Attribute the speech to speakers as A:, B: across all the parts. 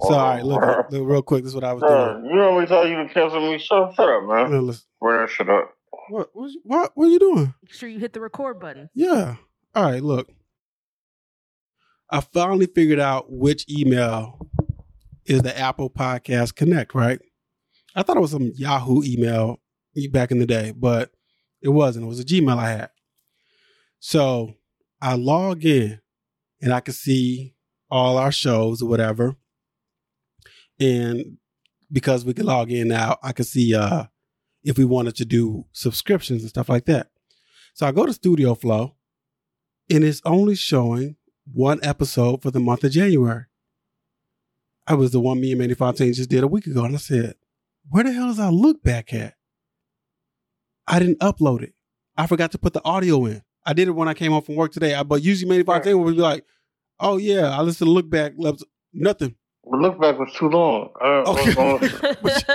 A: So, all right, look, look, look, real quick. This is what I was
B: Bro,
A: doing.
B: Oh, you know we tell you to cancel me? Shut, shut up, man.
A: Man, listen,
B: Bring that shit up.
A: what, what, you- what, what are you doing?
C: Make sure you hit the record button.
A: Yeah. All right, look. I finally figured out which email is the Apple Podcast Connect, right? I thought it was some Yahoo email back in the day, but it wasn't. It was a Gmail I had. So I log in and I can see all our shows or whatever. And because we can log in now, I can see uh, if we wanted to do subscriptions and stuff like that. So I go to Studio Flow, and it's only showing one episode for the month of January. I was the one me and Manny Fontaine just did a week ago, and I said, "Where the hell does I look back at? I didn't upload it. I forgot to put the audio in. I did it when I came home from work today. I, but usually Manny
B: Right.
A: Fontaine would be like, "Oh yeah, I listened to look back, left- nothing."
B: The look back was too long. I don't,
A: Okay.
B: okay.
A: But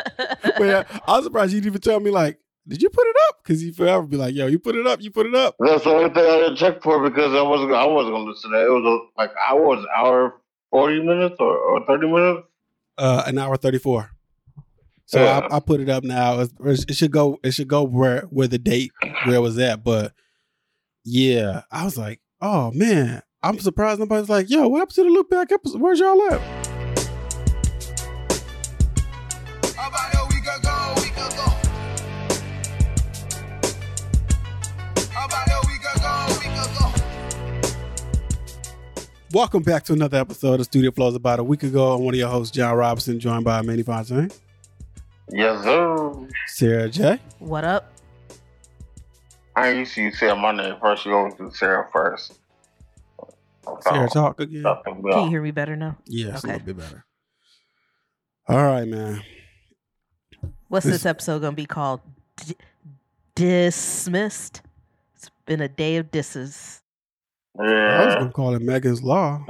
A: uh, I, I was surprised you didn't even tell me like, "Did you put it up?" Because you forever be like, "Yo, you put it up, you put it up."
B: That's the only thing I didn't check for because I wasn't I wasn't gonna listen to that. It was a, like I was hour forty minutes or, or thirty minutes.
A: uh, an hour thirty four. So
B: Yeah.
A: I, I put it up now. It's- it's- It should go. It should go where where the date where it was at. But yeah, I was like, oh man, I'm surprised nobody's like, yo, what happened to the look back episode? Where's y'all at? Welcome back to another episode of Studio Flows. About a week ago, I'm one of your hosts, John Robinson, joined by Manny Fontaine,
B: Yes, sir.
A: Sarah J.
C: what up?
B: I used to you say my name first. You always do Sarah first.
A: Sarah,
B: Oh.
A: talk again.
C: Can you
B: Talk.
C: hear me better now?
A: Yeah, it's a
C: Okay.
A: little bit better. All right, man.
C: What's
A: This-
C: this episode gonna be called? D- dismissed. It's been a day of disses.
A: I was
B: Yeah.
A: gonna call it Megan's Law.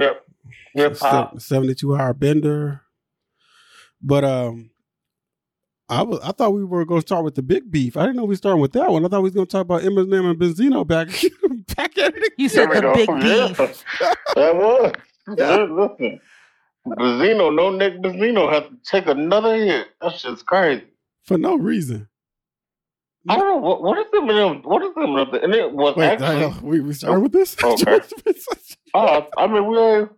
B: Hip hop.
A: Se- 72 hour bender. But um I was I thought we were gonna start with the big beef. I didn't know we starting with that one. I thought we was gonna talk about Eminem and Benzino back back at it.
C: You said
B: Here we
C: the
B: go.
C: big
B: Yeah.
C: beef.
B: That was. Yeah, listen. Benzino, no Nick Benzino had to take another hit. That shit's crazy.
A: For no reason.
B: I don't know what what is the minimum what is the minimum and it was
A: Wait,
B: actually
A: the hell, we, we started with this?
B: Okay. Oh, I mean, we ain't-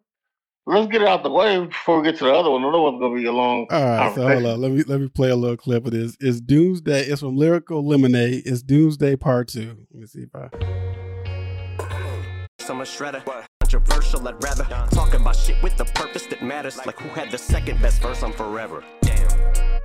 B: let's get it out the way before we get to the other one. Another one's gonna be a long.
A: All right, so hold on. Let me let me play a little clip of this. It's Doomsday. It's from Lyrical Lemonade. It's Doomsday Part Two. Let me see if I
D: I'm a shredder. Controversial, I'd rather talk about shit with the purpose that matters. Like who had the second best verse on forever. Damn.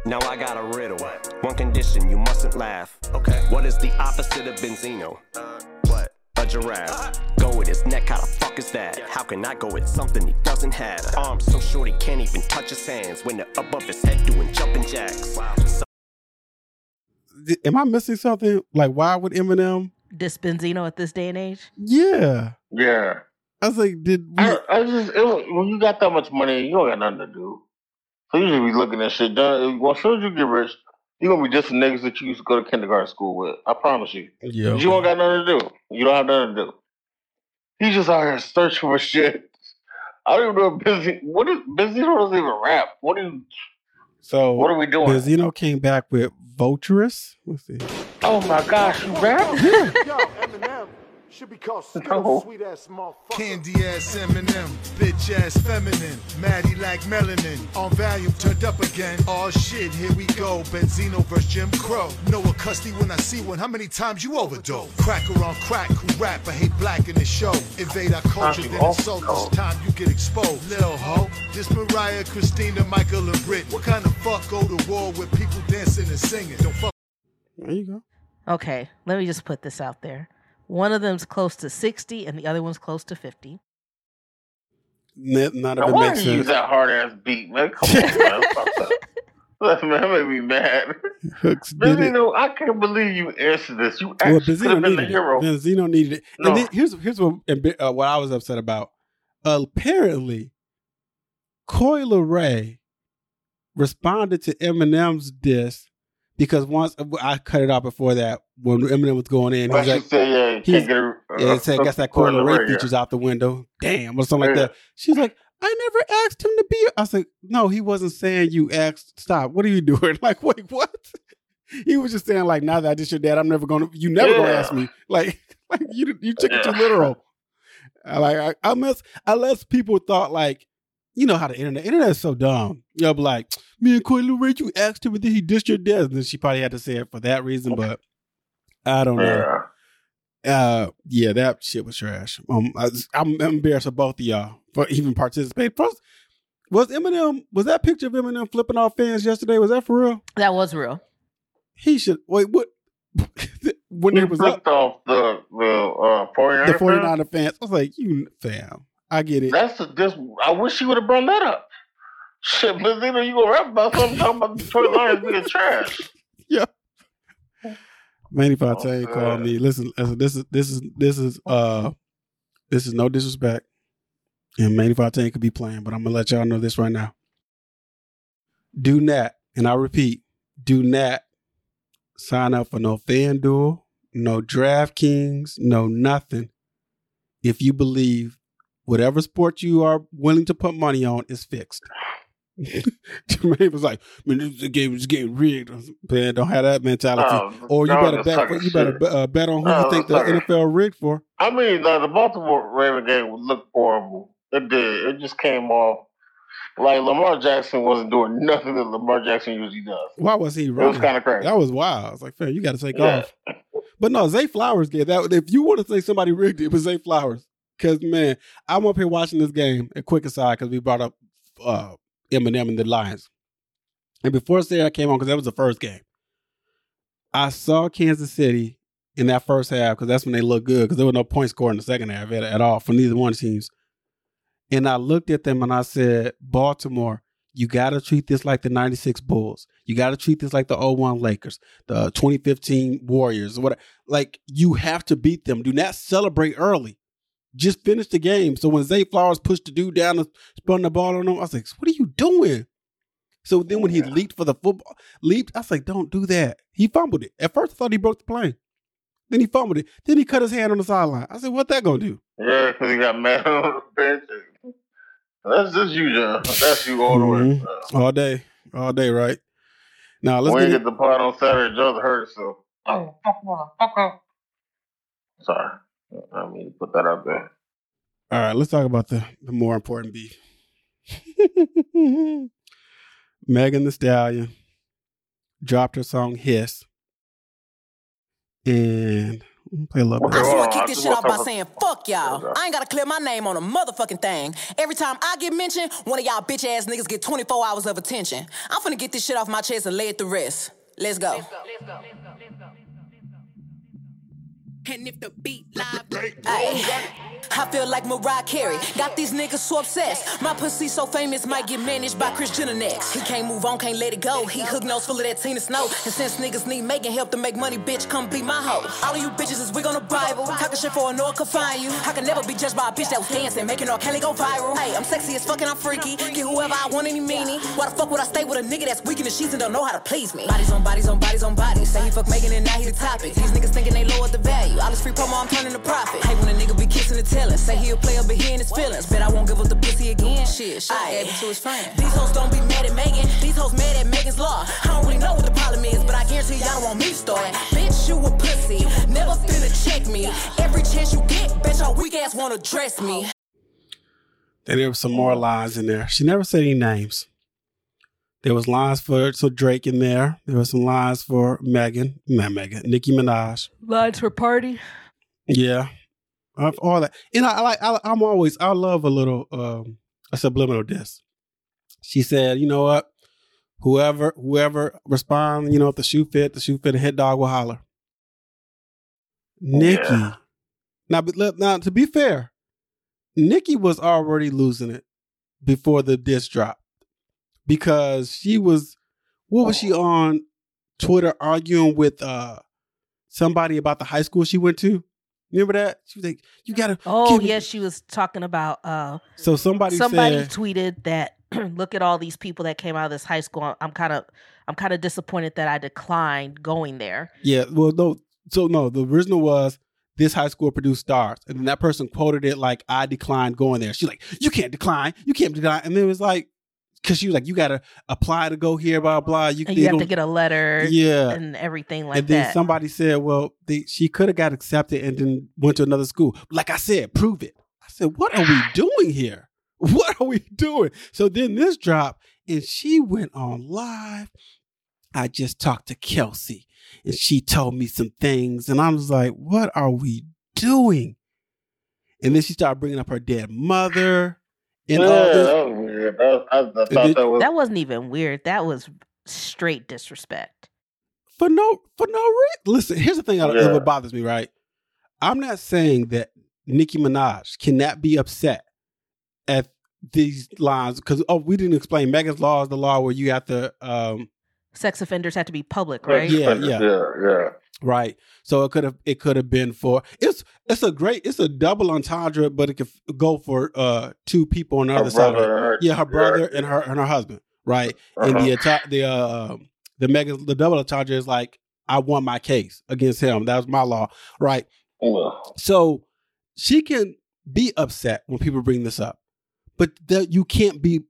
D: Now I got a riddle. One condition, you mustn't laugh. Okay. What is the opposite of Benzino? Uh, what? A giraffe. Go with his neck, how the fuck is that? How can I go with something he doesn't have? Arms so short he can't even touch his hands when they're above his head doing jumping jacks.
A: am I missing something? Like why would Eminem?
C: Dis Benzino at this day and age.
A: Yeah.
B: Yeah,
A: I was like, did we
B: I, I just it, was- when you got that much money, you don't got nothing to do. So you should be looking at shit. Done. Well, as soon as you get rich, you gonna be just the niggas that you used to go to kindergarten school with. I promise you.
A: Yeah.
B: You don't got nothing to do. You don't have nothing to do. He's just out here searching for shit. I don't even know if busy. What is busy? Doesn't even rap. What is?
A: So
B: What are we doing?
A: Benzino came back with Vulturous. Let's see.
B: Oh my gosh, you rap?
E: Yo, Eminem should be called
B: No.
E: sweet ass motherfucker.
F: Candy ass Eminem, bitch ass feminine, Maddie like melanin, on volume turned up again. Oh shit, here we go, Benzino versus Jim Crow. Know a custody when I see one, how many times you overdose? Cracker on crack, who rap, I hate black in the show. Invade our culture,
B: you
F: then
B: off
F: insult
B: code.
F: us, time you get exposed. Lil Ho, this Mariah, Christina, Michael, and Brit. What kind of fuck go to war with people dancing and singing? Don't fuck
A: There you go.
C: Okay, let me just put this out there. One of them's close to 60 and the other one's close to 50.
A: N- none
B: Now,
A: of it
B: why
A: makes
B: do you use
A: sense.
B: that hard ass beat, man? Come on, man. Fuck that. That man made me mad.
A: Hooks did it.
B: Benzino, I can't believe you answered this. You
A: Well,
B: actually could have been
A: Benzino
B: the
A: needed it.
B: hero.
A: Benzino needed it.
B: No.
A: And then here's here's what and bi- uh, what I was upset about. Apparently, Coil Ray responded to Eminem's diss because once I cut it off before that when Eminem was going in, he
B: But
A: was
B: you
A: like,
B: said, yeah, you can't
A: he's-
B: get uh, a,
A: Yeah, it said, I guess that Coil Ray features out the window. Damn, or something like
B: Yeah.
A: that. She's like, I never asked him to be. I said, no, he wasn't saying you asked. Stop. What are you doing? Like, wait, what? He was just saying, like, now that I did your dad, I'm never gonna. You never gonna
B: Yeah.
A: ask me. Like, like you, you took it too
B: Yeah.
A: literal. I Like, I, unless unless people thought like, you know how the internet, internet is so dumb. You'll be like, me and Coy Ray, you asked him, and then he dissed your dad. And then she probably had to say it for that reason, but I don't know
B: Yeah.
A: uh yeah that shit was trash um I, am embarrassed of both of y'all for even participating first was eminem was that picture of eminem flipping off fans yesterday was that for real
C: That was real.
A: he should wait what when
B: He
A: it was up
B: flipped off the the uh, 49
A: the 49 fans i was like you fam i get it
B: That's a, this. I wish you would have brought that up. Shit, but then you gonna rap about something talking about Detroit Lions being trash.
A: manny fontaine
B: Oh,
A: called
B: God.
A: me listen, listen this is this is this is uh this is no disrespect and manny fontaine could be playing but i'm gonna let y'all know this right now do not, and I repeat, do not sign up for no FanDuel, no DraftKings, no nothing. If you believe whatever sport you are willing to put money on is fixed. Jermaine was like, man, this game is getting rigged. I was, Man, don't have that mentality.
B: Oh,
A: or you
B: no,
A: better
B: that's
A: bet.
B: talking
A: For, you better
B: shit.
A: uh, bet on who
B: No,
A: you think the
B: that's talking-
A: NFL rigged for.
B: I mean, uh, the Baltimore Raven game looked horrible. It did. It just came off like Lamar Jackson wasn't doing nothing that Lamar Jackson usually does.
A: Why was he
B: It was
A: running?
B: kind of crazy.
A: That was wild. I was like, fam, you got to take
B: Yeah.
A: off. But no, Zay Flowers gave that. If you want to say somebody rigged it, it was Zay Flowers. Because, man, I'm up here watching this game. A quick aside, because we brought up uh, Eminem and the Lions. And before Sarah came on, because that was the first game, I saw Kansas City in that first half, because that's when they looked good, because there were no points scored in the second half at, at all for neither one of the teams. And I looked at them and I said, Baltimore, you got to treat this like the 96 Bulls. You got to treat this like the 01 Lakers, the 2015 Warriors, what like you have to beat them. Do not celebrate early. Just finish the game. So when Zay Flowers pushed the dude down and spun the ball on him, I was like, "What are you doing?" So then when he leaped for the football, leaped, I was like, "Don't do that." He fumbled it. At first, I thought he broke the plane. Then he fumbled it. Then he cut his hand on the sideline. I said, "What that gonna do?"
B: Yeah, because he got mad on the bench. That's just you, John. That's you all the way.
A: Mhm.
B: Uh,
A: All day, all day, right? Now let's
B: we
A: get
B: didn't
A: it.
B: get the pod on Saturday. John's hurt, so. Oh, fuck, motherfucker. Sorry. I don't mean to put that out there.
A: All right, let's talk about the, the more important beef. Megan the Stallion dropped her song Hiss. And I'm gonna play a little
B: Okay,
A: bit.
B: hold
G: I
B: on. I
G: just want to
B: just
G: kick this shit off
B: wanna
G: by
B: talk
G: saying,
B: about-
G: fuck y'all.
B: Okay.
G: I ain't got to clear my name on a motherfucking thing. Every time I get mentioned, one of y'all bitch ass niggas get 24 hours of attention. I'm finna get this shit off my chest and lay it to rest. Let's go.
H: And if the beat live,
G: Ay, I feel like Mariah Carey. Got these niggas so obsessed. My pussy so famous might get managed by Chris Jenner next. He can't move on, can't let it go. He hook nose full of that Tina Snow. And since niggas need making help to make money, bitch, come be my hoe. All of you bitches is wig on the Bible. Talking shit for a no can find you. I can never be judged by a bitch that was dancing, making R. Kelly go viral. Hey, I'm sexy as fuck and I'm freaky. Get whoever I want any meanie. Why the fuck would I stay with a nigga that's weak in the sheets and don't know how to please me? Bodies on bodies on bodies on bodies. Say he fuck making and now he the topic. These niggas thinking they low at the value. All this free promo, I'm turning to profit. Hey, when a nigga be kissing and telling, say he a player, but he in his feelings. Bet I won't give up the pussy again. Shit, shit, gave it to his friend. These hoes don't be mad at Megan. These hoes mad at Megan's law. I don't really know what the problem is, but I guarantee y'all don't want me to start. Bitch, you a pussy. Never finna check me. Every chance you get, bitch, your weak ass wanna dress me.
A: And there were some more lines in there. She never said any names. There was lines for so Drake in there. There was some lines for Megan, not Megan, Nicki Minaj.
C: Lines for party.
A: Yeah, of all that, and I, I like. I, I'm always. I love a little um, a subliminal diss. She said, "You know what? Whoever whoever respond, you know, if the shoe fit, the shoe fit, the hit dog will holler." Nikki.
B: Yeah.
A: Now, but look, now to be fair, Nikki was already losing it before the diss drop because she was. What was she on Twitter arguing with uh somebody about the high school she went to? Remember that? She was like, "You gotta."
C: Oh
A: keep it-
C: yeah, she was talking about uh
A: So somebody,
C: somebody
A: said,
C: tweeted that look at all these people that came out of this high school. I'm kind of I'm kind of disappointed that I declined going there.
A: Yeah, well, no. So no, the original was this high school produced stars. And then that person quoted it like, I declined going there. She's like, you can't decline. You can't decline. And then it was like, because she was like, you got to apply to go here, blah, blah. You,
C: And
A: they
C: you have to
A: don't-
C: get a letter
A: Yeah.
C: and everything like
A: and then
C: that.
A: somebody said, well, they, she could have got accepted and then went to another school. Like I said, prove it. I said, what are we doing here? What are we doing? So then this dropped and she went on live. I just talked to Kelsey and she told me some things. And I was like, what are we doing? And then she started bringing up her dead mother and
B: yeah,
A: all this.
B: that was weird. That, I, I thought
A: did-
B: that was
C: that wasn't even weird. That was straight disrespect.
A: for no for no reason. Listen, here's the thing that, that
B: Yeah.
A: what bothers me. Right, I'm not saying that Nicki Minaj cannot be upset at these lines because oh, we didn't explain Megan's law is the law where you have to um
C: Sex offenders have to be public, right?
A: yeah,
B: yeah, yeah.
A: right. So it could have it could have been for it's it's a great it's a double entendre, but it could f- go for uh two people on the other side. Of it.
B: and her-
A: Yeah, her brother and her and her husband. Right. and the
B: uh-huh.
A: atta- the uh, um, the mega the double entendre is like I won my case against him. That was my law, right?
B: Well,
A: So she can be upset when people bring this up, but that you can't be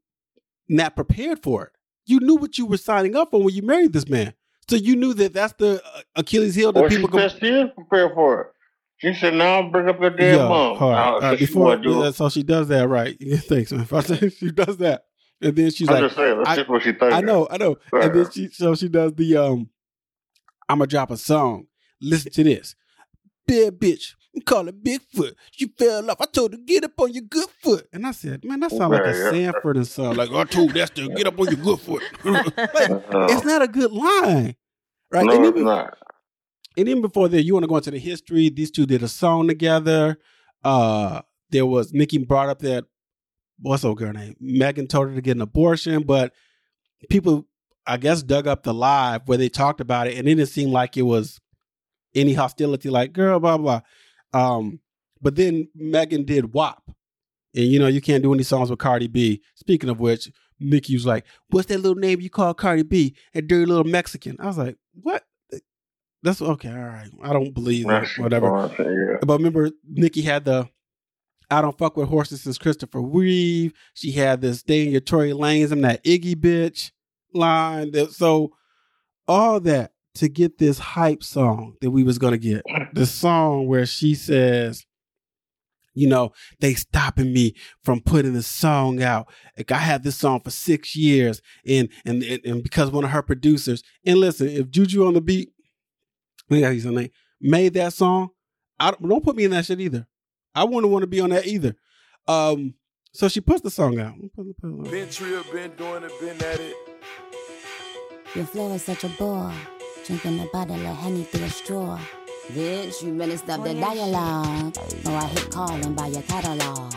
A: not prepared for it. You knew what you were signing up for when you married this man, so you knew that that's the uh, Achilles heel that
B: Or she
A: people go.
B: said she is prepared for it. She said, "Now bring up your damn
A: Yeah,
B: mom."
A: all right,
B: Now,
A: all
B: so
A: right,
B: she
A: uh, before
B: wanna do
A: yeah,
B: it.
A: so she does that, right? Thanks, man. she does that, and then she's
B: I'm
A: like,
B: just saying, that's
A: I-
B: just what she thinks.
A: I know, I know. And
B: Fair.
A: then she so she does the um I'ma drop a song. Listen to this. Bad bitch. You call it Bigfoot. She fell off. I told her, get up on your good foot. And I said, man, that sounds like a
B: Fair.
A: Sanford and son. Like, I told that to get up on your good foot. like,
B: Uh-huh.
A: it's not a good line. Right?
B: No,
A: and,
B: it's
A: even,
B: not.
A: and even before that, you want to go into the history. These two did a song together. Uh there was Nikki brought up that what's her girl name? Megan told her to get an abortion, but people I guess dug up the live where they talked about it and it didn't seem like it was any hostility, like girl, blah blah. Um, but then Megan did WAP. And you know, you can't do any songs with Cardi B. Speaking of which, Nicki was like, What's that little name you call Cardi B? A dirty little Mexican. I was like, What? That's okay, all right. I don't believe that.
B: That's
A: Whatever.
B: what I'm saying, yeah.
A: But remember, Nikki had the I don't fuck with horses since Christopher Reeve. She had this day in your Tory Lanes, I'm that Iggy bitch line. That- So all that to get this hype song that we was gonna get. The song where she says, you know, they stopping me from putting the song out. Like I had this song for six years, and and and, and because one of her producers, and listen, if Juju on the beat, I think that's his name, made that song, I don't, don't put me in that shit either. I wouldn't want to be on that either. Um, so she puts the song out.
E: Been trill, been doing it, been at it.
I: Your flow is such a bore. Drinking a bottle of honey through a straw. Bitch, you really stop the dialogue. Or I hit call and buy your catalog.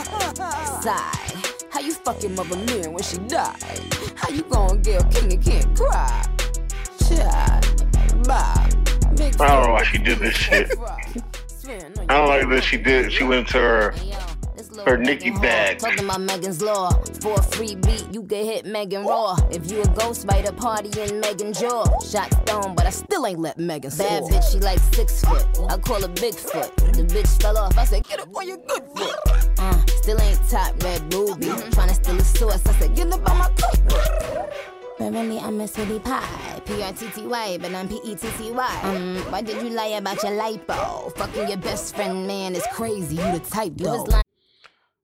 G: Sigh. How you fucking mother Mary when she died? How you gonna get a king and can't cry? Child, Bob, big
B: I don't know why she did this shit. I don't like that she did. She went to her. Her Nicki bag.
I: Talking about Megan's Law. For a free beat, you can hit Megan Raw. If you a ghost spider, party in Megan Jaw. Shot stone, but I still ain't let Megan Bad bitch, she like six foot. I call her Bigfoot. The bitch fell off. I said, get up on your good foot. Uh, still ain't top red booby. Tryna steal a source. I said, get up on my cookbook. But really, I'm a city pie. P-R-T-T-Y, but I'm E P-E-T-T-Y. Um, why did you lie about your lipo? Fucking your best friend, man, is crazy. You the type, though.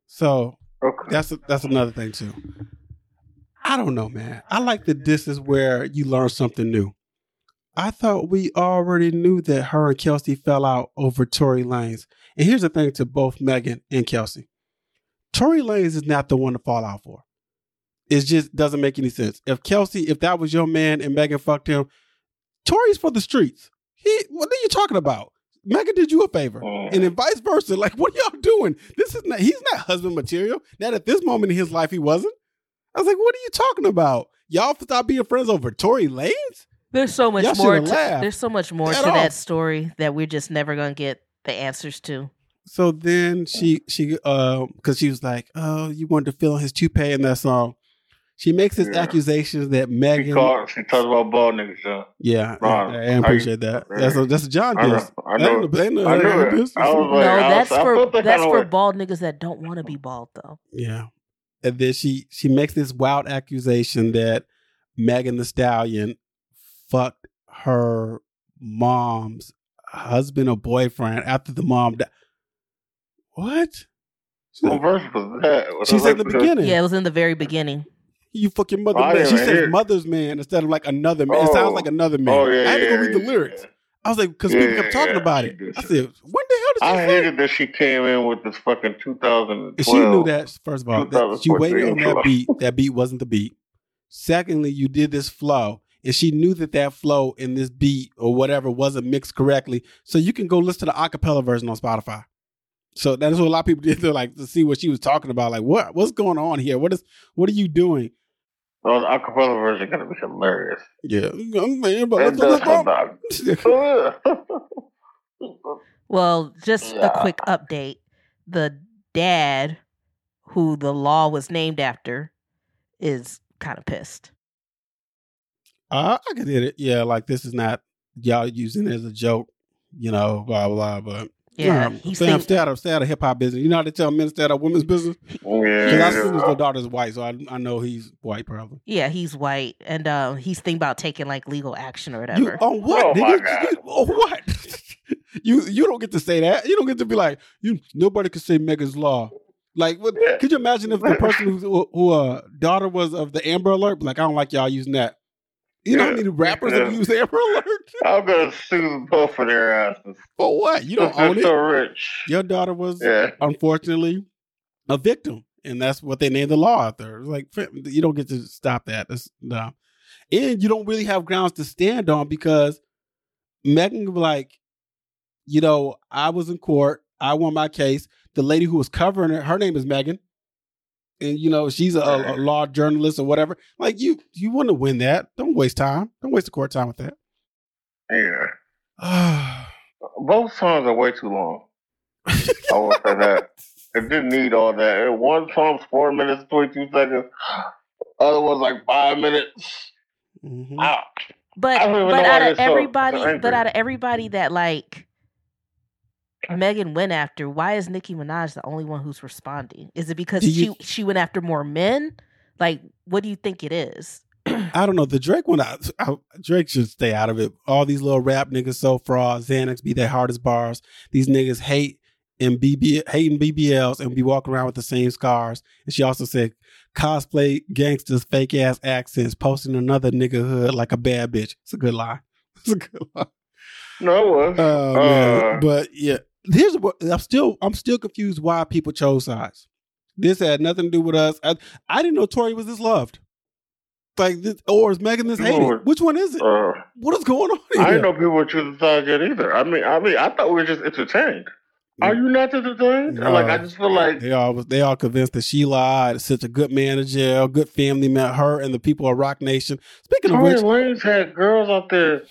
A: So
B: Okay.
A: that's that's another thing too. I don't know, man. I like that this is where you learn something new. I thought we already knew that her and Kelsey fell out over Tory Lanez. And here's the thing to both Megan and Kelsey. Tory Lanez is not the one to fall out for. It just doesn't make any sense. If Kelsey, if that was your man and Megan fucked him, Tory's for the streets. He what are you talking about? Megan did you a favor.
B: Mm.
A: And then vice versa. Like, what are y'all doing? This is not he's not husband material. Not at this moment in his life he wasn't. I was like, what are you talking about? Y'all stop being friends over Tory Lanez?
C: There's so much
A: Y'all shoulda
C: more. To,
A: laughed
C: there's so much more
A: at
C: to that
A: all.
C: story that we're just never gonna get the answers to.
A: So um, then she she uh because she was like, oh, you wanted to fill in his toupee in that song. She makes this
B: Yeah.
A: accusation that
B: She,
A: Megan.
B: called, she talks about bald niggas, John.
A: Yeah, I,
B: Ron,
A: I
B: are you-
A: appreciate that. That's a, that's a John
B: I know,
A: diss.
B: I know.
A: Ain't no- ain't no-
B: I knew
A: ain't no
B: it.
A: diss.
B: I was
C: No,
B: like, I
C: that's
B: was- I
C: for
B: felt that
C: that's
B: kinda
C: for
B: way.
C: bald niggas that don't want to be bald though.
A: Yeah. And then she she makes this wild accusation that Megan the Stallion fucked her mom's husband or boyfriend after the mom died. What? She
B: What
A: said,
B: verse was that? Was
A: she
B: it
A: said in the
B: like-
A: beginning.
C: Yeah, it was in the very beginning.
A: You fuck your mother
B: Oh, I
A: man. She
B: didn't hear
A: says
B: it.
A: mother's man instead of like another man. It
B: Oh.
A: sounds like another man.
B: Oh, yeah,
A: I had to
B: yeah,
A: go read the
B: yeah,
A: lyrics.
B: yeah.
A: I was like, because
B: Yeah,
A: people kept
B: yeah,
A: talking about
B: she
A: it.
B: did
A: I
B: say
A: said, when the hell did she
B: I
A: say
B: hated that she came in with this fucking 2012.
A: She knew that first of all. That she
B: 2014
A: waited on that
B: flow.
A: beat. That beat wasn't the beat. Secondly, you did this flow, and she knew that that flow in this beat or whatever wasn't mixed correctly. So you can go listen to the acapella version on Spotify. So that's what a lot of people did. They're like to see what she was talking about. Like what what's going on here? What is what are you doing?
B: Oh, the acapella version gonna be hilarious.
A: Yeah, I'm saying, but
B: It
A: let's-
B: does
A: let's-
B: come
A: let's-
B: back. yeah,
C: Well, just a
B: Yeah.
C: quick update. The dad, who the law was named after, is kind of pissed.
A: Uh, I could hit it. Yeah, like this is not y'all using it as a joke. You know, blah blah. But
C: Yeah,
A: I'm,
C: he's
A: stay, I'm
C: think-
A: stay out of stay out of hip hop business. You know how they tell men to stay out of women's business. Because I assume his little daughter's white, so I, I know he's white probably.
C: yeah, he's white, and um, he's thinking about taking like legal action or
A: You
C: whatever.
A: on what?
B: Oh,
A: nigga?
B: my
A: You-
B: God.
A: you- on what? you you don't get to say that. You don't get to be like you. Nobody could say Megan's Law. Like, what,
B: Yeah.
A: could you imagine if the person who who uh, daughter was of the Amber Alert? Like, I don't like y'all using that. You know how
B: Yeah.
A: many rappers have
B: Yeah.
A: used Amber Alert
B: I'm gonna sue both of their asses.
A: for what? You don't own
B: They're so
A: it.
B: rich.
A: Your daughter was
B: Yeah.
A: unfortunately a victim and that's what they named the law after It's like fam- you don't get to stop that That's- no. and you don't really have grounds to stand on because megan could be like you know i was in court i won my case the lady who was covering it her name is megan and you know she's a, a law journalist or whatever like you you wouldn't win that don't waste time don't waste the court time with
B: Yeah.
A: that
B: Both songs are way too long. I will say that. It didn't need all that. One song's four minutes, 22 seconds. Other one's like five minutes. Ah,
A: Mhm.
B: Out.
C: But
B: I don't even
C: but
B: know why
C: out
B: they're
C: of
B: so
C: everybody,
B: angry.
C: but out of everybody that like Megan went after, why is Nicki Minaj the only one who's responding? Is it because
A: Do you-
C: she she went after more men? Like, what do you think it is?
A: I don't know. The Drake one, I, I, Drake should stay out of it. All these little rap niggas, so fraud, Xanax be their hardest bars. These niggas hate and BB hating BBLs and be walking around with the same scars. And she also said cosplay gangsters, fake ass accents, posting another nigga hood like a bad bitch. It's a good lie. It's a good lie.
B: No, it was.
A: Oh,
B: Uh.
A: man. But yeah, here's what I'm still I'm still confused why people chose sides. This had nothing to do with us. I, I didn't know Tori was this loved. Like this, or is Megan this hated?
B: Lord.
A: Which one is it?
B: Uh,
A: What is going on here?
B: I didn't know people were choosing sides yet either. I mean, I mean, I thought we were just entertained. Are you not entertained?
A: No.
B: Like, I just feel like
A: They all was they all convinced that she lied. Such a good manager, good family man. Her and the people of Rock Nation. Speaking of
B: Tory
A: which,
B: Lanez had girls out there.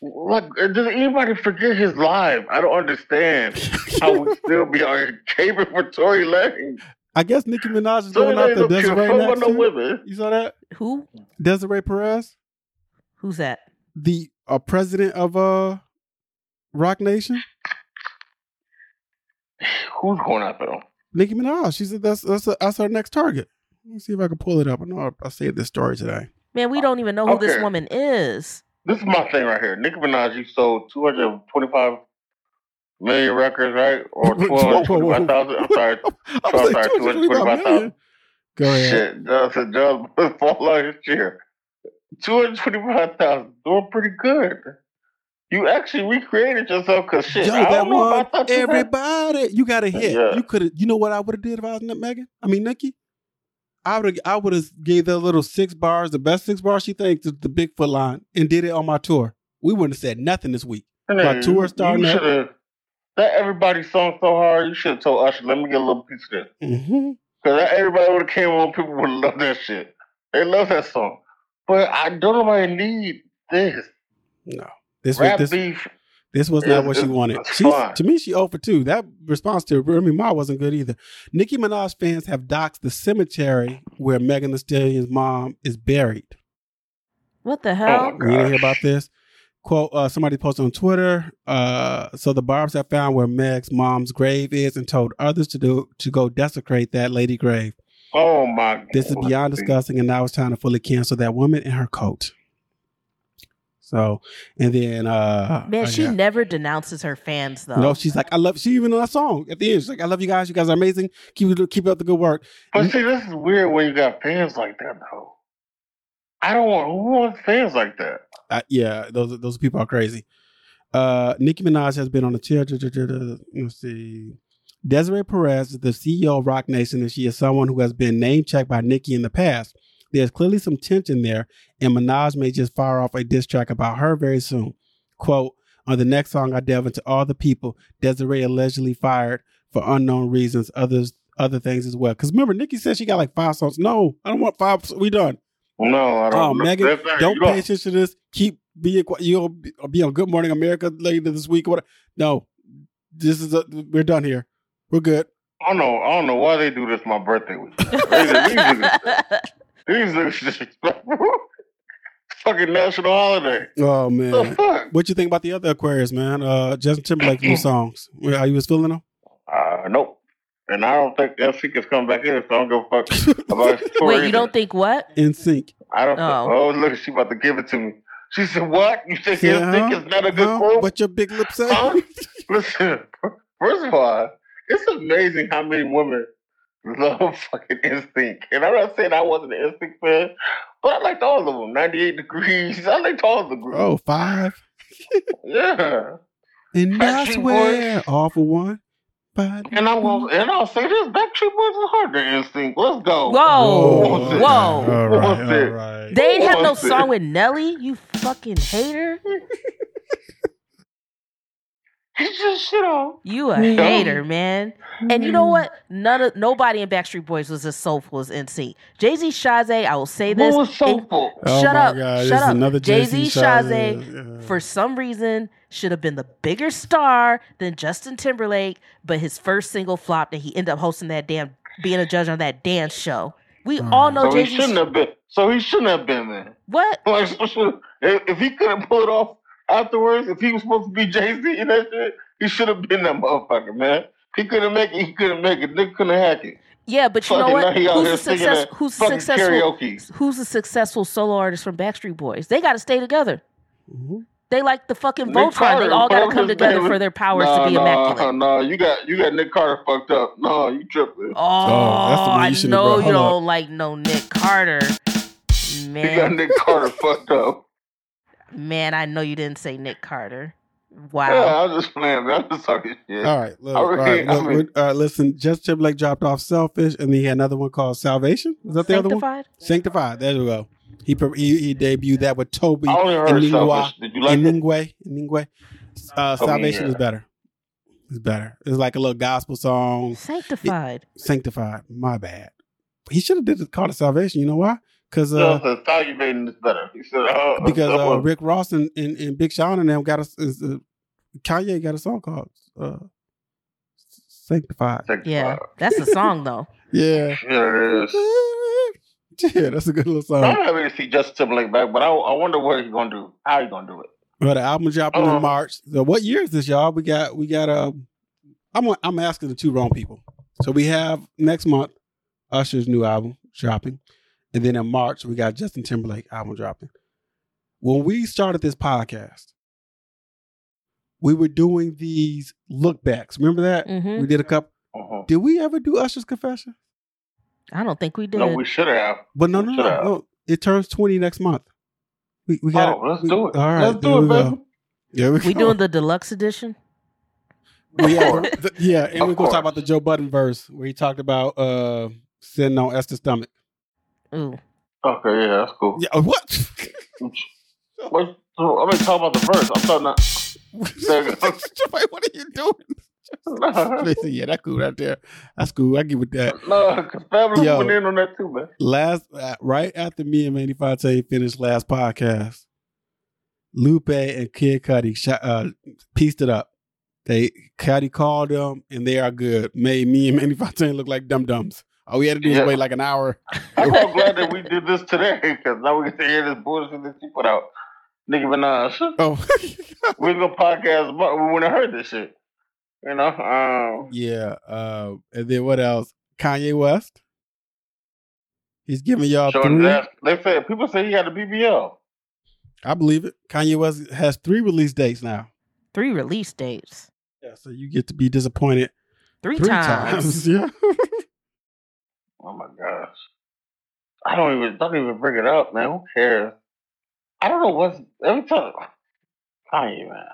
B: Like, does anybody forget his live? I don't understand how we still be out here caping for Tory Lanez.
A: I guess Nicki Minaj is
B: Tory
A: going
B: Lanez
A: after
B: don't care
A: Desiree
B: fuck
A: next.
B: about no
A: too.
B: women.
A: You saw that
C: Who
A: Desiree Perez,
C: who's that?
A: the uh, president of uh, Rock Nation.
B: Who's going after him?
A: Nicki Minaj. She said that's that's, that's her next target. Let me see if I can pull it up. I know I, I saved this story today.
C: Man, we don't even know who this
B: Uh, Okay.
C: woman is.
B: This is my thing right here. Nicki Minaj, you sold 225 million records, right? Or
A: Whoa, whoa, whoa.
B: 225,000. I'm sorry.
A: I was like,
B: sorry,
A: 225 million. Go ahead.
B: Shit, that's a job fall out this year. Two hundred twenty-five thousand, doing pretty good. You actually recreated yourself because shit.
A: Yo,
B: I
A: that
B: don't know
A: one,
B: about that.
A: everybody, you got a hit.
B: Yeah.
A: You could have, you know what I would have did if I was Nick Megan? I mean, Nicki? I would have, I would have gave that little six bars, the best six bars she thinks, the, the Bigfoot line, and did it on my tour. We wouldn't have said nothing this week. my tour starting
B: You
A: up.
B: shoulda- that everybody song so hard. You should have told Usher, "Let me get a little piece of this,"
A: Mm-hmm.
B: because everybody would have came on. People would love that shit. They love that song, but I don't. Nobody need this
A: No, this was
B: rap
A: this
B: beef.
A: This was not what she wanted.
B: It's
A: She's,
B: fine.
A: to me, she 0 for 2. That response to Remy Ma wasn't good either. Nicki Minaj fans have doxed the cemetery where Megan Thee Stallion's mom is buried.
C: What
B: Oh,
C: the hell?
A: You didn't hear about this? Quote, uh, somebody posted on Twitter. Uh, so the Barbs have found where Meg's mom's grave is and told others to do to go desecrate that lady grave.
B: Oh my!
A: This is beyond disgusting, and now it's time to fully cancel that woman and her coat. So, and then uh
C: Man,
A: I
C: she
A: got-
C: never denounces her fans though.
A: no, she's like, I love. She even on that song at the end, she's like, I love you guys. You guys are amazing. Keep it- keep up the good work.
B: But see, this is weird when you got fans like that, though. I don't want who wants fans like that.
A: I, yeah, those those people are crazy. Uh, Nicki Minaj has been on the chair. duh, duh, duh, duh, Let's see. Desiree Perez is the CEO of Rock Nation, and she is someone who has been name checked by Nicki in the past. There's clearly some tension there, and Minaj may just fire off a diss track about her very soon. Quote On the next song, I delve into all the people Desiree allegedly fired for unknown reasons, others other things as well. Because remember, Nicki said she got like five songs. No, I don't want five. We done.
B: No, I don't.
A: Oh,
B: know.
A: Megan,
B: That's not-
A: don't
B: you
A: pay attention to this. Keep being quiet. You'll be be on Good Morning America later this week. Or whatever. No, this is a, we're done here. We're good.
B: I don't know. I don't know why they do this. My birthday week. These niggas- these niggas disrespectful. Fucking national holiday.
A: Oh
B: The
A: man,
B: fuck?
A: what you think about the other Aquarius man? Uh, Justin Timberlake's new songs. Well, How you was feeling them?
B: Uh, nope. And I don't think FC can come back in, so I don't give a fuck about his story
C: Wait,
B: either.
C: you don't think what?
A: In sync.
B: I don't.
C: Oh.
B: Oh. look, she about to give it to me. She said, "What? You think
A: Yeah,
B: FC
A: huh?
B: is not a good
A: Huh?
B: group?
A: What your big lips say?
B: Huh? Listen, first of all, it's amazing how many women love fucking Instinct. And I'm not saying I wasn't an Instinct fan, but I liked all of them. 98 Degrees, I liked all of the groups.
A: Oh, five.
B: Yeah.
A: And that's
B: Backstreet Boys.
A: where all for one. But
B: And I'm gonna, and I'll say this: Backstreet Boys is harder than Instinct. Let's go.
C: Whoa,
B: Oh, Whoa.
C: whoa!
A: All right, all right.
C: They ain't have no
B: What's it?
C: song with Nelly. You fucking hater.
B: It's just shit on.
C: You a hater, man. And you know what? None of nobody in Backstreet Boys was as soulful as NC. Jay Z, Shazay. I will say this.
B: Who was
C: and-
B: soulful?
A: Oh,
C: shut
A: my
C: up!
A: God, this
C: Shut
A: is
C: up!
A: another
C: Jay Z,
A: Jay-Z
C: Shazay,
A: Shazay.
C: for some reason, should have been the bigger star than Justin Timberlake, but his first single flopped, and he ended up hosting that damn, being a judge on that dance show. We
A: Mm.
C: all know
B: So he
C: Jay Z.
B: shouldn't have been. So he shouldn't have been there.
C: What?
B: Like, so should- if if he couldn't pull it off afterwards, if he was supposed to be Jay Z and that shit, he should have been that motherfucker, man. He couldn't make it. He couldn't make it. Nick couldn't hack it.
C: Yeah, but you know
B: Fucking
C: what?
B: now he out
C: Who's
B: here
C: a
B: singing
C: success?
B: that
C: Who's a
B: fucking
C: successful?
B: karaoke.
C: Who's a successful solo artist from Backstreet Boys? They got to stay together.
A: Mhm.
C: They like the fucking
B: Nick
C: Voltron.
B: Carter,
C: they all got
B: what
C: to come
B: was his
C: together
B: name?
C: for their powers
B: Nah,
C: to be
B: nah,
C: immaculate.
B: nah, you got you got Nick Carter fucked up. No, you tripping.
C: Oh,
A: Oh, that's the one you
C: I
A: should've
C: know
A: brought.
C: you
A: Hold up.
C: don't like no Nick Carter.
B: You got
C: Man,
B: Nick Carter fucked up.
C: man, I know you didn't say Nick Carter.
B: Yeah,
C: Wow.
B: I'm just playing. man. I'm just talking shit.
A: All right, look,
B: I
A: all right,
B: mean- I
A: look,
B: mean-
A: we're- all right, listen. Justin Timberlake dropped off "Selfish," and then he had another one called "Salvation." Is that the other one?
C: Sanctified?
A: Sanctified. There we go. He pre- he, he debuted that with Toby
B: I only heard
A: Iningwa.
B: selfish. Did you Oh, like it?
A: Iningwe. Iningwe. Uh,
B: Oh,
A: Salvation
B: yeah.
A: is better. It's better. It's like a little gospel song.
C: Sanctified.
A: Sanctified. My bad. He should have did it called it Salvation. You know why? Because
B: No,
A: uh,
B: so Salubating is better. He said, oh,
A: because uh,
B: oh,
A: Rick Ross and, and, and Big Sean and them got a is, uh, Kanye got a song called uh, Sanctified.
B: take the
C: Yeah,
B: fire.
C: that's a song though.
A: Yeah.
B: Yeah, it is.
A: Yeah, that's a good little
B: I'm
A: song.
B: happy to see Justin Timberlake back, but I, I wonder what he's gonna do. How he gonna do it?
A: But the album dropping
B: Uh-huh.
A: in March. So what year is this, y'all? We got we got uh I'm I'm asking the two wrong people. So we have next month Usher's new album dropping, and then in March we got Justin Timberlake album dropping. When we started this podcast, we were doing these look backs. Remember that?
C: hmm
A: We did a couple.
B: Mhm.
A: Did we ever do Usher's confession?
C: I don't think we did.
B: No, we should have.
A: But no, no,
B: Shut
A: no,
B: up.
A: no. It turns twenty next month. We we got.
B: oh, let's do it.
A: All right,
B: let's
A: there
B: do it,
A: we go.
B: baby.
A: Yeah, we,
C: we
A: go.
C: doing the deluxe edition.
A: We are-
B: Of
A: th- yeah,
B: Of
A: and we're gonna
B: course.
A: talk about the Joe Budden verse where he talked about uh sitting on Esther's stomach.
C: Ooh,
B: Okay, yeah, that's cool.
A: Yeah, uh, what?
B: What, so I'm gonna talk about the verse. I'm talking. About, There you go.
A: Wait, what are you doing? Listen, yeah, that cool right there. That's cool. I get with that.
B: no, because Fabulous
A: Yo.
B: went in on that too, man.
A: Last uh, right after me and Manny Fonte finished last podcast, Lupe and Kid Cudi sh- uh, pieced it up. They Cudi called them, and they are good. Made me and Manny Fontaine look like dum dums. All we had to do
B: Yeah.
A: was wait like an hour.
B: I'm so glad that we did this today because now we get to hear this bullshit that you put out. Nicki Minaj.
A: Oh,
B: we gonna podcast about we wouldn't have heard this shit. You know? Um
A: yeah. Uh, and then what else? Kanye West. He's giving y'all
B: showing
A: three.
B: that- they said people say he had a BBL.
A: I believe it. Kanye West has three release dates now.
C: Three release dates.
A: Yeah, so you get to be disappointed
C: Three,
A: three
C: times.
A: times. Yeah.
B: Oh my gosh. I don't even don't even bring it up, man. Who cares? I don't know what's every time Kanye man.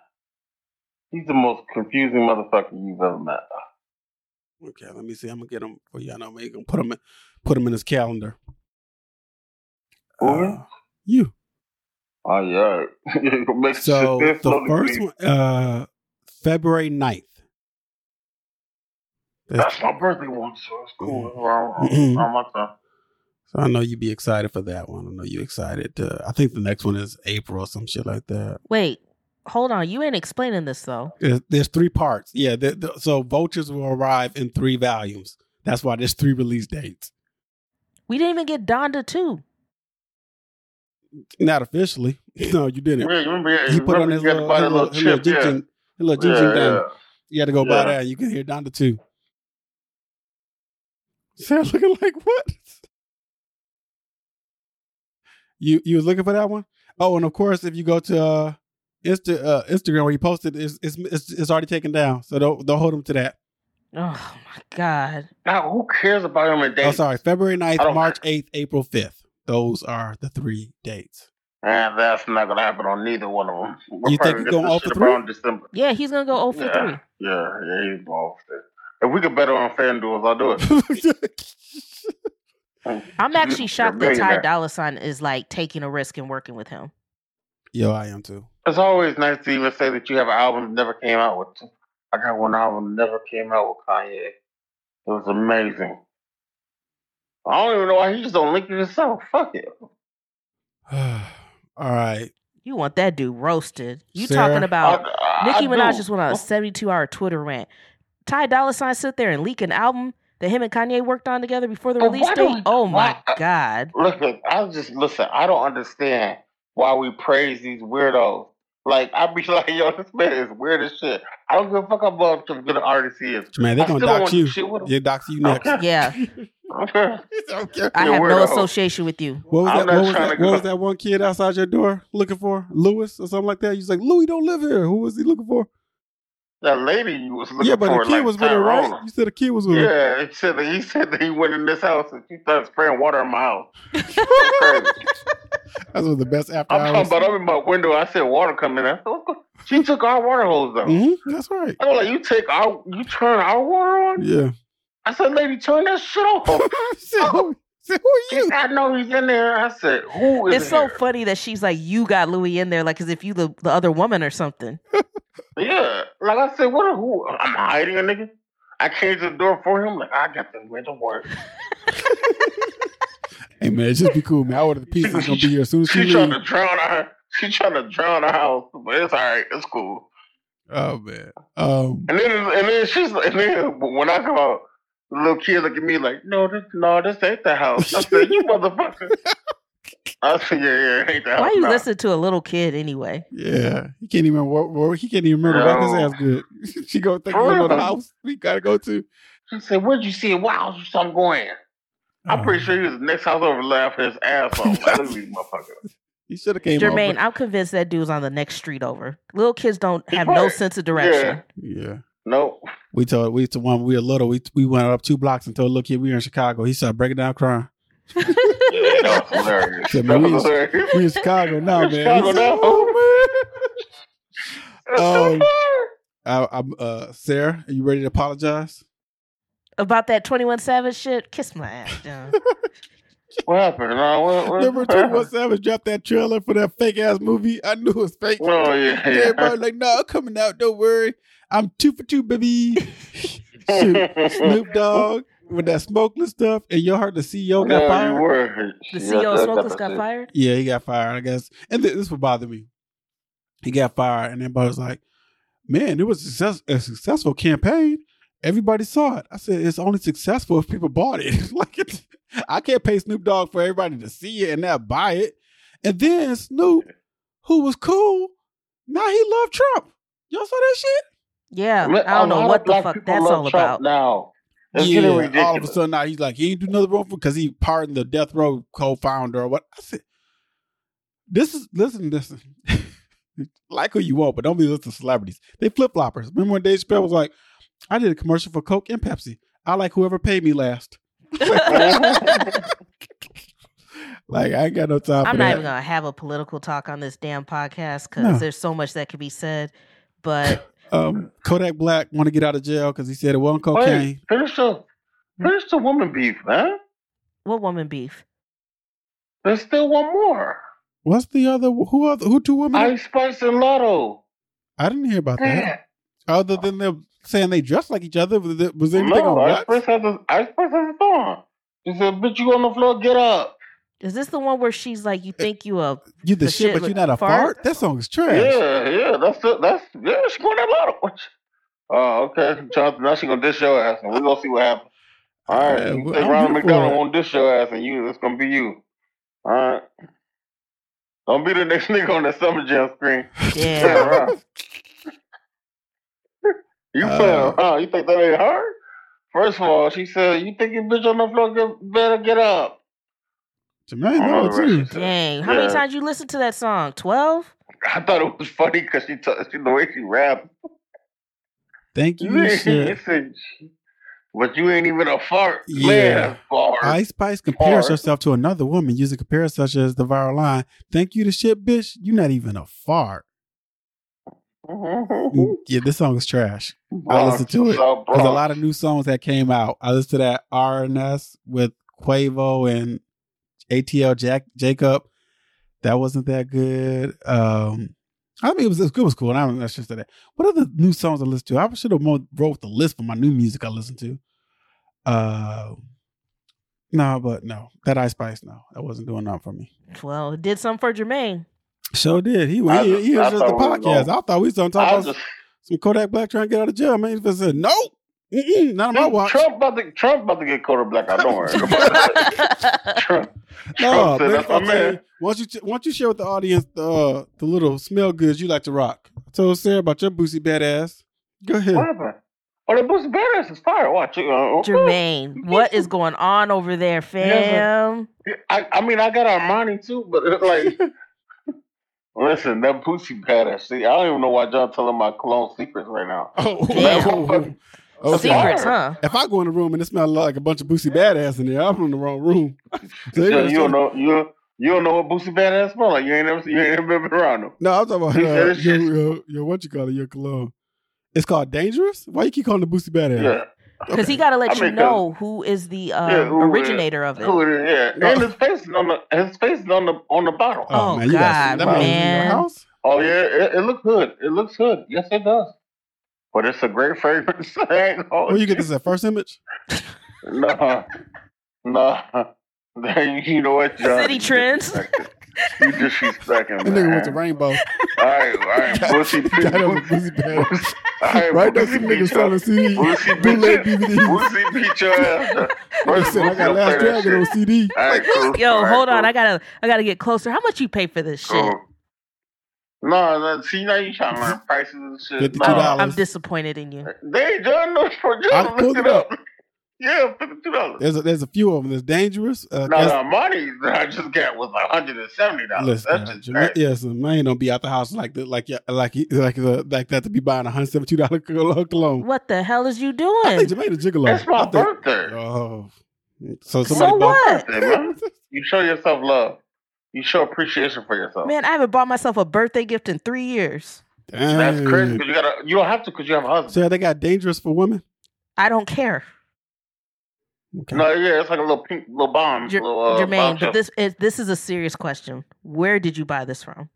B: He's the most confusing motherfucker you've ever met.
A: Okay, let me see. I'm gonna get them for you. I know we gonna put them in, put them in his calendar.
B: Who?
A: Uh, you.
B: Oh yeah. Make
A: So
B: shit
A: the
B: slowly
A: first
B: creep.
A: one, uh, February 9th. That's-
B: That's my birthday one, so it's cool.
A: Mhm.
B: Around- around my time.
A: so I know you'd be excited for that one. I know you excited. Uh, I think the next one is April or some shit like that.
C: Wait, hold on. You ain't explaining this though.
A: There's, Uh, there's three parts. Yeah. The, the, so Vultures will arrive in three volumes. That's why there's three release dates.
C: We didn't even get Donda too.
A: Not officially. No, you
B: Yeah,
A: didn't.
B: remember, yeah,
A: He put on
B: remember
A: his
B: you had to
A: little,
B: buy
A: his
B: that
A: little,
B: little
A: his little
B: chip, yeah.
A: jing-jing- his little
B: Yeah,
A: jing-jing thing.
B: yeah.
A: You had to go buy
B: Yeah.
A: that. You can hear Donda too. Sarah's looking like what? You you was looking for that one? Oh, and of course, if you go to uh, Insta uh, Instagram where you posted, it's, it's it's it's already taken down. So don't don't hold him to that.
C: Oh my god.
B: Now, who cares about him and
A: Oh,
B: dates?
A: sorry, February
B: I
A: 9th,
B: don't-
A: March eighth, April fifth. Those are the three dates.
B: Man, that's not gonna happen on neither one of them. We're
A: You think
B: probably gonna
A: he
B: get
A: going
B: this
A: all
B: shit
A: for three?
B: around December.
C: Yeah, he's gonna go 0 for
B: yeah,
C: 3.
B: yeah, yeah, he's going for three. If we could bet on FanDuel, I'll do it.
C: I'm actually shocked that Ty
B: Millionaire.
C: Dolla Sign is like taking a risk and working with him.
A: Yo, I am too.
B: It's always nice to even say that you have an album that never came out with. I got one album that never came out with Kanye. It was amazing. I don't even know why he just don't link it himself. Fuck it.
C: Oh,
A: All right.
C: You want that dude roasted. You
A: Sarah?
C: talking about
B: Oh, I- I-
C: Nicki
B: I
C: Minaj
B: do.
C: just went on a 72 hour Twitter rant. Ty Dolla Sign sit there and leak an album that him and Kanye worked on together before the
B: But
C: release
B: why do
C: date.
B: we-
C: Oh my
B: why- uh,
C: god.
B: Look, look, I just listen. I don't understand why we praise these weirdos. Like I be like, yo, this man is weird as shit. I don't give a fuck about how good an artist he is.
A: Man,
B: I
A: they're gonna
B: still
A: dox
B: want
A: you.
B: to shit with him.
A: They dox you next.
B: Okay.
C: Yeah.
B: Okay,
A: okay.
C: I
B: You're
C: have
B: a
C: no
B: weirdo.
C: association with you.
A: What was
B: I'm
A: that?
B: not
A: What was
B: trying
A: that,
B: to
A: what
B: go-
A: was that one kid outside your door looking for? Lewis or something like that? You was like, Louis don't live here. Who was he looking for?
B: that lady you was looking
A: yeah, but
B: for,
A: the kid
B: like,
A: was with her, right?
B: Tyrone.
A: You said the kid was with her.
B: Yeah, he said that he said that he went in this house and she started spraying water in my house. It's crazy.
A: That's one of the best after
B: I'm talking
A: hours.
B: about I'm in my window. I said water coming. I said, "What's go-" she took our water hose though.
A: Mm-hmm. That's right.
B: I was like, you take our, you turn our water on.
A: Yeah.
B: I said, lady, turn that shit off.
A: said, who, said, who are
B: He
A: you?
B: said, I know he's in there. I said, who is
C: It's so
B: here?
C: funny that she's like, you got Louis in there, like as if you the, the other woman or something.
B: Yeah. Like I said, what a who I'm hiding a nigga. I came to the door for him, like I got the way to work.
A: Hey man, just be cool, man. I ordered the pizza. It's gonna be here as soon as she
B: She trying
A: leaves.
B: to drown her she trying to drown her house, but it's alright, it's cool.
A: Oh man. Um
B: And then and then she's and then when I come out, the little kid look at me like, No, this no, this ain't the house. I said, You motherfucker. I said, Yeah, yeah, it ain't the house.
C: Why you
B: nah."
C: listen to a little kid anyway?
A: yeah, he can't even work. work he can't even remember no. his
B: No.
A: ass good. she go think
B: For
A: we go to the
B: real.
A: house we gotta go to.
B: She said, Where'd you see it? What house you saw him going? I'm
A: Ah,
B: pretty sure he was the next house over laughing his ass off. Like, Look at me, motherfucker.
A: he should have came.
C: Jermaine,
A: over.
C: I'm convinced that dude's on the next street over. Little kids don't have no
B: Right.
C: sense of direction.
A: Yeah.
B: Nope.
A: We told we to one we were little. We we went up two blocks and told look here we were in Chicago. He started breaking down crying.
B: Yeah, that was hilarious.
A: Yeah,
B: That
A: man,
B: was
A: we-
B: hilarious.
A: We in Chicago now,
B: We're in Chicago
A: man. He said,
B: now.
A: "Oh,
B: That's so
A: Um,
B: hard.
A: man." I, I'm uh, Sarah. Are you ready to apologize?
C: About that 21 Savage shit, kiss my ass. John.
B: What happened? No, what, what,
A: Remember
B: what
A: Twenty One
B: happened?
A: Savage dropped that trailer for that fake ass movie. I knew it was fake.
B: Oh yeah, yeah.
A: Everybody like, no, nah, coming out. Don't worry, I'm two for two, baby. Shoot, Snoop Dogg with that smokeless stuff, and you heard the CEO got
B: No, you
A: fired.
B: were.
C: The E
B: Yeah,
C: CEO of
B: that-
C: Smokeless
B: that-
C: got fired.
A: Yeah, he got fired, I guess. And th- this would bother me. He got fired, and everybody was like, "Man, it was success- a successful campaign. Everybody saw it." I said, "It's only successful if people bought it. like, it, I can't pay Snoop Dogg for everybody to see it and not buy it." And then Snoop, who was cool, now he loved Trump. Y'all saw that shit?
C: Yeah,
B: Let-
C: I don't
B: a
C: know
B: lot
C: what
B: of
C: the
B: black
C: fuck
B: people
C: that's
B: love
C: all
B: Trump
C: about.
B: now. It's getting ridiculous.
A: all of a sudden now he's like, he ain't do nothing wrong because he pardoned the death row co-founder or what. I said, this is listen, listen. like who you want, but don't be listening to celebrities. They flip floppers. Remember when Dave Chappelle was like, I did a commercial for Coke and Pepsi. I like whoever paid me last. like I ain't got no time
C: I'm
A: for
C: not
A: that.
C: even gonna have a political talk on this damn podcast because
A: No.
C: there's so much that could be said. But
A: um, Kodak Black want to get out of jail because he said it wasn't
B: Wait,
A: cocaine.
B: finish the finish the woman beef, man.
C: what woman beef?
B: There's still one more.
A: What's the other? Who other? Who two women? I,
B: Ice Spice and Lotto.
A: didn't hear about that.
B: Damn.
A: Other than them saying they dress like each other, was there, was there anything
B: No,
A: on
B: Ice Spice
A: Lux?
B: has a, Ice Spice has a thorn. He said, "Bitch, you on the floor? Get up."
C: Is this the one where she's like, "You think you a
A: You the,
C: The
A: shit,
C: shit
A: but
C: with
A: you're not a fart?
C: fart?
A: That song is trash.
B: Yeah, yeah, that's it. That's yeah, she going that Lotto. Oh, okay, Jonathan. Now she gonna dish your ass, and we're gonna see what happens. All right,
A: Yeah,
B: you
A: well,
B: think
A: I'm
B: Ronald
A: here for
B: McDonald
A: it.
B: won't dish your ass, and you, it's gonna be you. All right. Don't be the next nigga on the summer jam screen. Playing
C: damn?"
B: around. you playing
A: Uh,
B: around. You think that ain't her? First of all, she said, You think you bitch on the floor get, better get up.
A: Jermaine
B: I don't know
A: Lowe
B: the rest she
A: too.
B: said.
C: Dang, how many
B: Yeah.
C: times you listen to that song? Twelve?
B: I thought it was funny because she, t- she the way she rapped.
A: Thank you, shit.
B: Listen, but you ain't even a fart.
A: Yeah.
B: Man, that's bars.
A: Ice Spice compares
B: Fart.
A: herself to another woman using compares such as the viral line. Thank you to shit, bitch. You're not even a fart. Mm,
B: Mhm.
A: Yeah, this song is trash. I listened to it,
B: So
A: Because a
B: bars.
A: lot of new songs that came out. I listened to that RNS with Quavo and ATL Jack Jacob. That wasn't that good. Um I mean, it was, it was cool. And I don't know, just that. What other new songs I listened to? I should have more wrote the list for my new music I listened to. Uh, no, but no, that Ice Spice, no, that wasn't doing nothing for me.
C: Well, it did something for Jermaine.
A: So did he?
B: I
A: he,
B: just-
A: he
B: I
A: was just the
B: thought we was
A: podcast.
B: gonna-
A: I thought we was gonna talk
B: I
A: about
B: just
A: some Kodak Black trying to get out of jail. Man, he just said no, Mm-mm, not on my watch.
B: Trump about to Trump about to get Kodak Black out. Don't worry about that. Trump,
A: No,
B: Trump said that's my man.
A: Once you t- once you share with the audience the uh, the little smell goods you like to rock. I told Sarah about your boozy badass. Go ahead.
B: What happened? Oh, the Bruce Banner is fired. Watch it. Uh,
C: Jermaine, what is going on over there, fam?
B: I, I mean, I got Armani too, but it, like, listen, that pussy pattern. See, I don't even know why y'all telling my cologne secrets right now.
A: Oh,
C: Damn.
A: oh, oh, okay.
C: Secrets, huh?
A: If I go in a room and it smells like a bunch of boozy badass in there, I'm in the wrong room. So
B: Yo,
A: they gonna
B: you don't
A: say-
B: know you you don't know what pussy badass smell like. You ain't never you ain't never been around them.
A: No, I'm talking about
B: He said
A: uh,
B: it's just-
A: your, your, your what you call it, your cologne. It's called dangerous. Why you keep calling it boozy badass?
B: Yeah,
C: Because he got to let
B: I
C: you
B: mean, 'cause-
C: know who is the uh,
B: Yeah, who is-
C: originator of it.
B: Cool, yeah.
A: No.
B: And his face is on the his face is on the on the bottle. Oh,
C: Oh,
A: you got
C: God,
A: that belongs in your
C: man.
A: house?
B: yeah, it, it looks good. It looks good. Yes, it does. But it's a great fragrance. oh,
A: Where you get this at first image?
B: No, no. you know what, John?
C: City
B: You
C: trends.
B: disrespecting. You disrespecting,
A: That nigga went to
B: man.
A: rainbow.
B: All right, all right. Pussy,
A: That was
B: pussy,
A: boozy badass.
B: All
A: Right
B: right,
A: now,
B: pussy,
A: some niggas
B: beat
A: selling
B: your,
A: CD,
B: pussy, beat
A: bootleg
B: your,
A: DVDs.
B: pussy, beat your ass.
A: They
B: First,
A: said, I
B: pussy don't
A: got
B: play
A: Last
B: that
A: Dragon on
B: shit.
A: CD.
B: All right, cool. all
C: Yo,
B: right,
C: hold on.
B: cool.
C: I gotta, I gotta get closer. How much you pay for this shit?
B: Cool. No, no, see now you trying to learn prices and shit.
A: Mm-hmm. Fifty-two
B: No,
A: dollars.
C: I'm disappointed in you.
B: they ain't done no for you.
A: I
B: Look
A: pulled
B: it
A: it up.
B: up. Yeah, fifty-two dollars.
A: There's a, there's a few of them that's dangerous.
B: No,
A: Uh, that's-
B: the money that I just got was hundred and seventy dollars.
A: Listen,
B: That's just
A: Jermaine,
B: crazy.
A: yes, a man don't be out the house like the, like yeah, like he- like the, like that to be buying a hundred seventy two dollar cologne.
C: What the hell is you
A: I think
C: doing?
A: Jermaine a gigolo.
B: It's my
A: I think-
B: birthday.
A: Oh, so somebody
C: So what,
B: Birthday, man. You show yourself love. You show appreciation for yourself.
C: man? I haven't bought myself a birthday gift in three years.
A: Dang.
B: That's crazy. 'cause You gotta. You don't have to because you have a husband.
A: So they got dangerous for women.
C: I don't care,
A: Okay.
B: No, yeah, it's like a little pink little bomb.
C: Jer-
B: little, uh,
C: Jermaine.
B: bombshell.
C: But this is this is a serious question. Where did you buy this from?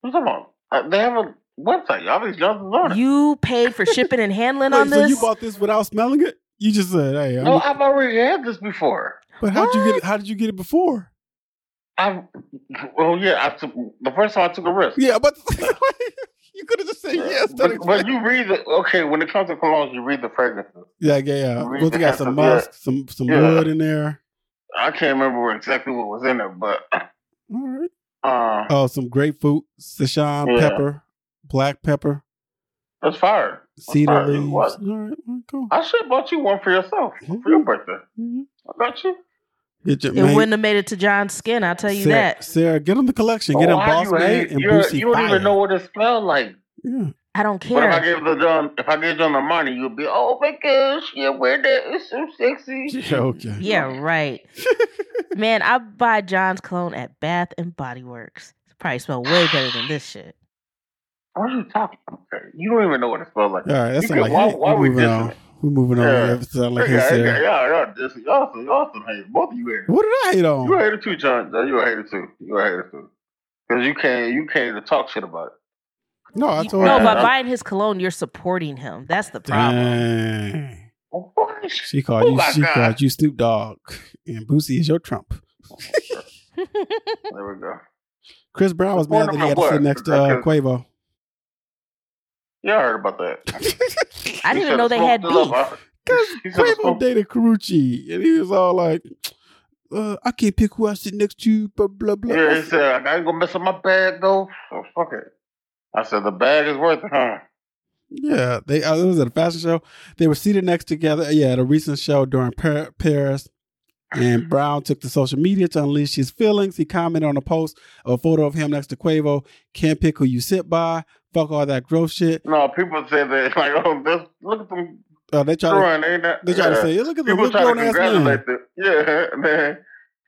B: What's up? on? Uh, They have a website. Y'all these Johnsons on it.
C: You paid for shipping and handling
A: Wait,
C: on
A: so
C: this.
A: you bought this without smelling it? You just said, "Hey, I'm-
B: no, I've already had this before.
A: but how'd you get
C: What?
A: it? How did you get it before?"
B: I, well, yeah. I took, the first time I took a risk.
A: Yeah, but you could have just said yes. to
B: But,
A: the-
B: but you read the okay when it comes to colognes, you read the fragrances.
A: yeah, yeah, yeah.
B: Read
A: Well, they
B: the
A: got some
B: half of
A: musk, some some
B: Yeah.
A: wood in there.
B: I can't remember what- exactly what was in it, but
A: All right.
B: uh,
A: Oh, some grapefruit, Sichuan
B: Yeah.
A: pepper, black pepper, Oh.
B: it's fire. It's
A: cedar
B: fire. It
A: leaves.
B: was.
A: All right, well, cool.
B: I should have bought you one for yourself for your birthday.
A: Mhm.
B: I got you.
A: Get your
C: It wouldn't have made it to John's skin, I'll tell you
A: Sarah,
C: that.
A: Sarah, get him the collection. Get him
B: Why
A: Boss
B: Oh, you
A: Man
B: hate-
A: and
B: you're-
A: Boosie
B: You don't
A: Fire.
B: even know what it smelled like.
A: Yeah.
C: I don't
B: But if I
C: care.
B: give the John, if I gave John the money, you'd be, oh my gosh, yeah, wear that. It's so sexy.
A: yeah, okay.
C: Yeah, right. Man, I buy John's clone at Bath and Body Works. It probably smell way better than this shit.
B: What are you talking about? You don't even know what it smells like.
A: All right, that's
B: You
A: not
B: can-
A: like
B: why-
A: hey,
B: why
A: we're
B: we
A: moving
B: dissing
A: on.
B: it?
A: We're moving on.
B: Yeah.
A: Yeah. It's not like
B: Okay,
A: hey,
B: okay,
A: Sarah.
B: yeah, yeah, this is awesome, awesome. Hey, both of you haters.
A: What did I hate
B: You a
A: on?
B: hater too, John. John, You a hater too. You a hater too. Because you can't, you can't even talk shit about it.
A: No, I
C: You-
A: told
C: no,
A: her.
C: by buying his cologne, you're supporting him. That's the problem.
A: Dang.
B: What?
A: She called
B: Oh
A: you.
B: my
A: She
B: God.
A: called you Snoop Dogg, and Boosie is your Trump.
B: There we go.
A: Chris Brown was mad that he had to
B: Wonderful
A: sit
B: work.
A: next to uh, Quavo.
B: Y'all heard about that.
C: I didn't even know they had beef.
A: Because
B: He said it's
A: Quavo
B: cool.
A: dated Carucci, and he was all like, uh, "I can't pick who I sit next to." Blah blah blah.
B: Yeah, he said, I ain't gonna mess up my bag though. So fuck it. I said, the bag is worth it, huh?
A: Yeah, they uh, it was at a fashion show. They were seated next together. Yeah, at a recent show during Par- Paris, and Brown took to social media to unleash his feelings. He commented on a post of a photo of him next to Quavo. Can't pick who you sit by. Fuck all that gross shit.
B: No, people say that, like, oh, this, look at them
A: Uh, they try to
B: drawing, ain't that?
A: they try to
B: yeah.
A: say, look at the
B: People
A: look
B: try to
A: grown ass man.
B: congratulate them. Yeah, man.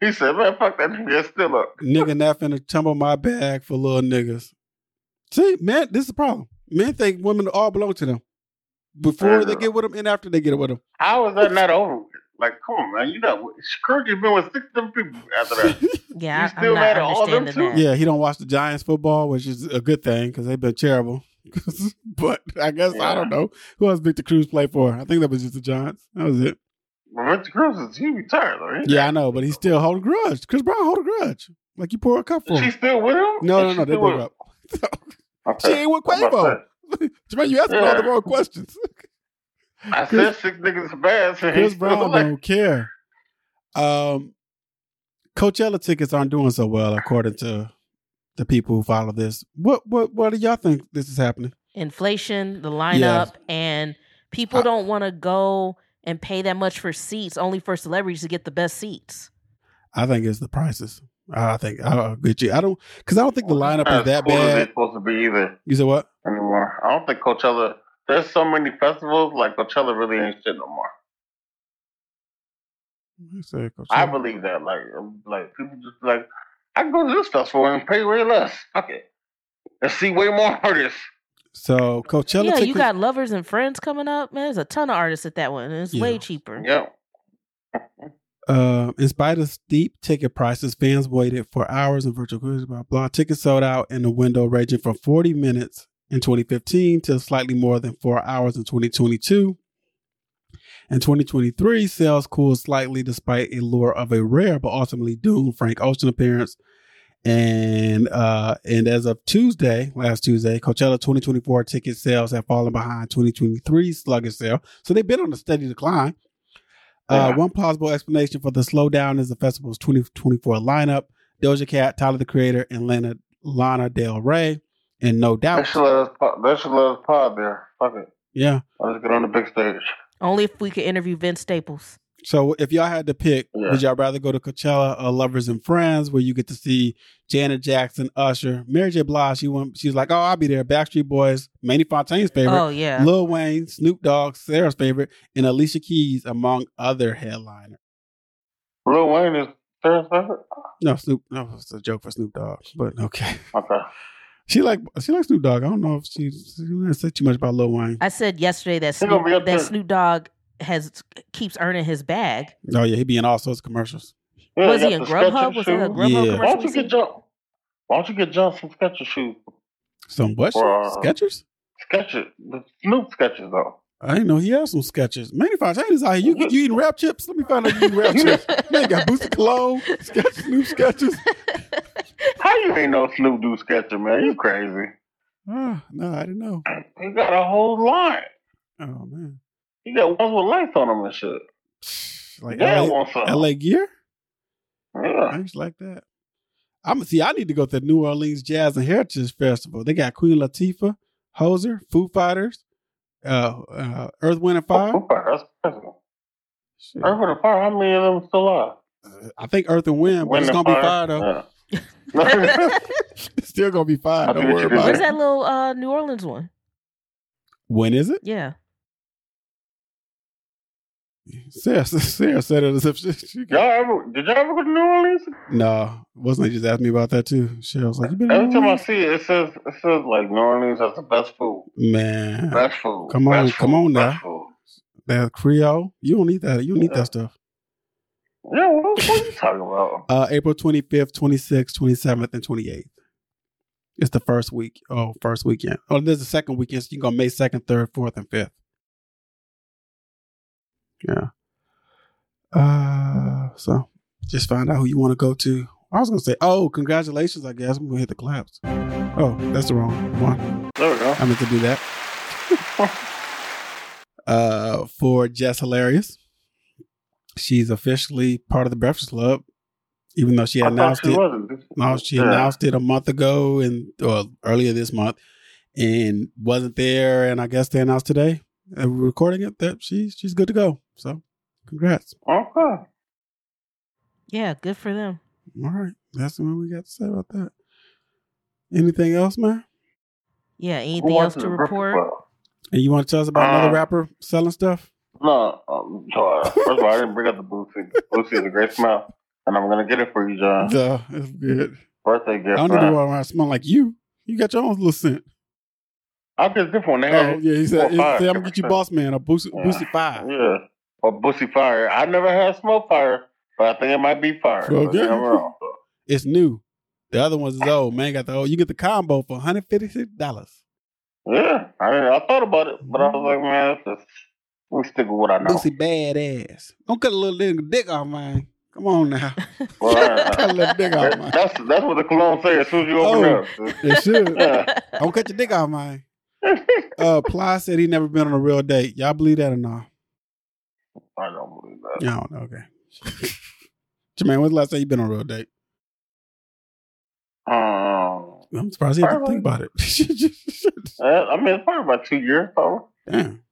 B: He said, man, fuck that nigga, it's still up.
A: Nigga not finna tumble my bag for little niggas. See, man, this is the problem. Men think women all belong to them before they
B: Yeah.
A: get with them and after they get with them.
B: How is that not over with? Like, come on, man. You know, Scrooge been with six different people after that.
C: Yeah,
B: You
C: I, am
B: still
C: not
B: mad at all them
C: understanding that.
B: too?
A: Yeah, he don't watch the Giants football, which is a good thing because they've been terrible. but I guess I
B: Yeah.
A: don't know who else Victor Cruz played for. I think that was just the Giants. That was it.
B: But Vince Cruz is he retired though. ain't he?
A: Yeah, I know, but he still hold a grudge. Chris Brown hold a grudge. Like you pour a cup for
B: Is she
A: him.
B: still with him?
A: No, no,
B: Is
A: no,
B: she
A: they
B: still
A: broke
B: with
A: up.
B: him?
A: She ain't with
B: I'm about to
A: Quavo. Jermaine, you asking all the
B: Yeah.
A: wrong questions.
B: say, I said six niggas are bad. So
A: Chris
B: he's still
A: Brown
B: like,
A: don't care. Um, Coachella tickets aren't doing so well, according to the people who follow this. What, what, what do y'all think this is happening?
C: Inflation, the lineup, and people
A: I-
C: don't want to go and pay that much for seats, only for celebrities to get the best seats.
A: I think it's the prices. I think I'll agree with you. I don't because I don't think the lineup
B: not
A: is
B: as
A: that
B: cool as they
A: bad.
B: supposed to be either
A: You said what?
B: anymore. I don't think Coachella. There's so many festivals like Coachella really ain't shit no more.
A: You said Coachella.
B: I believe that. Like, um, like people just be like, I can go to this festival and pay way less. Fuck it, and see way more artists.
A: so Coachella
C: yeah,
A: tickets.
C: you got lovers and friends coming up. Man, there's a ton of artists at that one, and it's
A: Yeah.
C: way cheaper.
B: Yeah,
A: uh, in spite of steep ticket prices, fans waited for hours in virtual queues. Blah blah. Tickets sold out in a window ranging from 40 minutes in 2015 to slightly more than four hours in 2022. In 2023, sales cooled slightly despite a lure of a rare but ultimately doomed Frank Ocean appearance. And uh, and as of Tuesday, last Tuesday, Coachella 2024 ticket sales have fallen behind 2023's sluggish sale. So they've been on a steady decline. Uh,
B: Yeah.
A: One plausible explanation for the slowdown is the festival's 2024 lineup: Doja Cat, Tyler the Creator, and Lana, Lana Del Rey, and no
B: they
A: doubt,
B: should let us. po- They should let us pod there. Fuck it.
A: yeah.
B: Let's get on the big stage.
C: Only if we could interview Vince Staples.
A: So if y'all had to pick,
B: Yeah.
A: would y'all rather go to Coachella or Lovers and Friends, where you get to see Janet Jackson, Usher, Mary J. Blige? She went, she's like, oh, I'll be there. Backstreet Boys, Manny Fontaine's favorite,
C: Oh yeah,
A: Lil Wayne, Snoop Dogg, Sarah's favorite, and Alicia Keys, among other headliners.
B: Lil Wayne is Sarah's favorite.
A: No, Snoop. No, it's a joke for Snoop Dogg, but okay.
B: Okay.
A: She like she likes Snoop Dogg. I don't know if she, she didn't say too much about Lil Wayne.
C: I said yesterday that
B: He gonna
C: Snoop,
B: be up
C: that
B: there.
C: Snoop Dogg has keeps earning his bag.
A: Oh yeah, he be in all sorts of commercials.
B: Yeah,
C: was
B: got
C: he in
B: the Skechers
C: Grubhub? Was it a
B: shoes.
C: Grubhub
A: Yeah.
B: Why
C: commercial?
B: don't
C: we
B: you
C: seen?
B: get John? Why don't you get John some Skechers shoes?
A: Some what?
B: Bruh.
A: Sketchers?
B: Skechers, the Snoop Skechers though.
A: I didn't know he had some sketches. Manny Fontaine is out here. You, you eating rap chips? Let me find out you eating rap chips. Man, got Booster Cologne, sketch, Snoop sketches.
B: How you ain't no Snoop Dogg sketcher, man? You crazy?
A: Ah, no, I didn't know.
B: He got a whole line.
A: Oh man,
B: He got ones with lights on them and shit.
A: like
B: Yeah, I want
A: LA,
B: some.
A: LA gear.
B: Yeah.
A: Things like that. I'm see. I need to go to the New Orleans Jazz and Heritage Festival. They got Queen Latifah, Hoser, Foo Fighters, uh, uh, Earth, Wind and Fire.
B: Oh, Fire, That's crazy.
A: Shit. uh,
B: Earth and Fire. How many of them still are?
A: I think Earth and Wind, but
B: Wind
A: it's
B: and
A: gonna be fire though.
B: Yeah.
A: It's still gonna be fire.
B: I
A: Don't
B: think it
A: worry
B: should be
A: about
C: Where's
A: it.
B: there.
C: that little uh, New Orleans one?
A: When is it?
C: Yeah.
A: Sarah, Sarah said it as if she, she
B: y'all ever? Did y'all ever go to New Orleans?
A: No, wasn't they just asked me about that too? She was like, "You been to
B: Every
A: New
B: time I
A: Orleans?"
B: see it, it says it says like New Orleans has the best food.
A: man,
B: Best food.
A: Come on,
B: best
A: come
B: food,
A: on now.
B: best food.
A: that Creole, you don't need that. You don't need that stuff.
B: Yeah, what, what are you talking about?
A: Uh, April twenty fifth, twenty sixth, twenty seventh, and twenty eighth. It's the first week. Oh, first weekend. Oh, there's the second weekend. So you can go May second, third, fourth, and fifth. Yeah. Uh, so just find out who you want to go to. I was gonna say, oh, congratulations. I guess I'm gonna hit the claps. Oh, that's the wrong one.
B: There we go.
A: I meant to do that. uh, for Jess Hilarious, she's officially part of the Breakfast Club, even though she
B: I thought
A: announced
B: she
A: it.
B: wasn't.
A: No, she
B: Yeah.
A: announced it a month ago and or earlier this month, and wasn't there. And I guess they announced today, and we're recording it that she's she's good to go. So, congrats.
B: Okay.
C: Yeah, good for them.
A: All right, that's what we got to say about that. Anything else, man?
C: Yeah,
B: Who
C: anything
B: went
C: else
B: the
C: to
B: Breakfast
C: report?
B: Club?
A: And you want to tell us about another
B: Uh,
A: rapper selling stuff?
B: No, um, sorry. First of all, I didn't bring up the Boosie. Boosie is a great smell, and I'm gonna get it for you, John.
A: Duh, it's good.
B: Birthday gift.
A: I don't
B: I,
A: need to worry about it smell like you. You got your own little scent.
B: I just did one. They
A: Oh,
B: had
A: yeah. He said,
B: Well,
A: he
B: fire,
A: said I'm going to get you
B: different
A: Boss Man or Boosie,
B: Yeah.
A: Boosie Five.
B: Yeah. Or Boosie Fire. I never had smoke fire, but I think it might be fire.
A: Well,
B: But yeah,
A: good.
B: I'm wrong.
A: It's new. The other one's is old. Man got the old. You get the combo for $156.
B: Yeah. I mean, I thought about it, but I was like, man, that's just, we stick with what I know.
A: Boosie badass. Don't cut a little nigga dick off mine. Come on now.
B: Well,
A: cut a
B: I-
A: little dick off mine.
B: that's that's what the cologne say as soon as you open
A: Oh.
B: up.
A: It should.
B: Yeah.
A: Don't cut your dick off mine. Uh, Ply said he never been on a real date. Y'all believe that or not?
B: I don't believe that.
A: I don't know. Okay. Jermaine, when's the last time you been on a real date?
B: Um,
A: I'm surprised he had to
B: Probably.
A: think about it.
B: uh, I mean, it's probably about two years, probably.
A: Damn.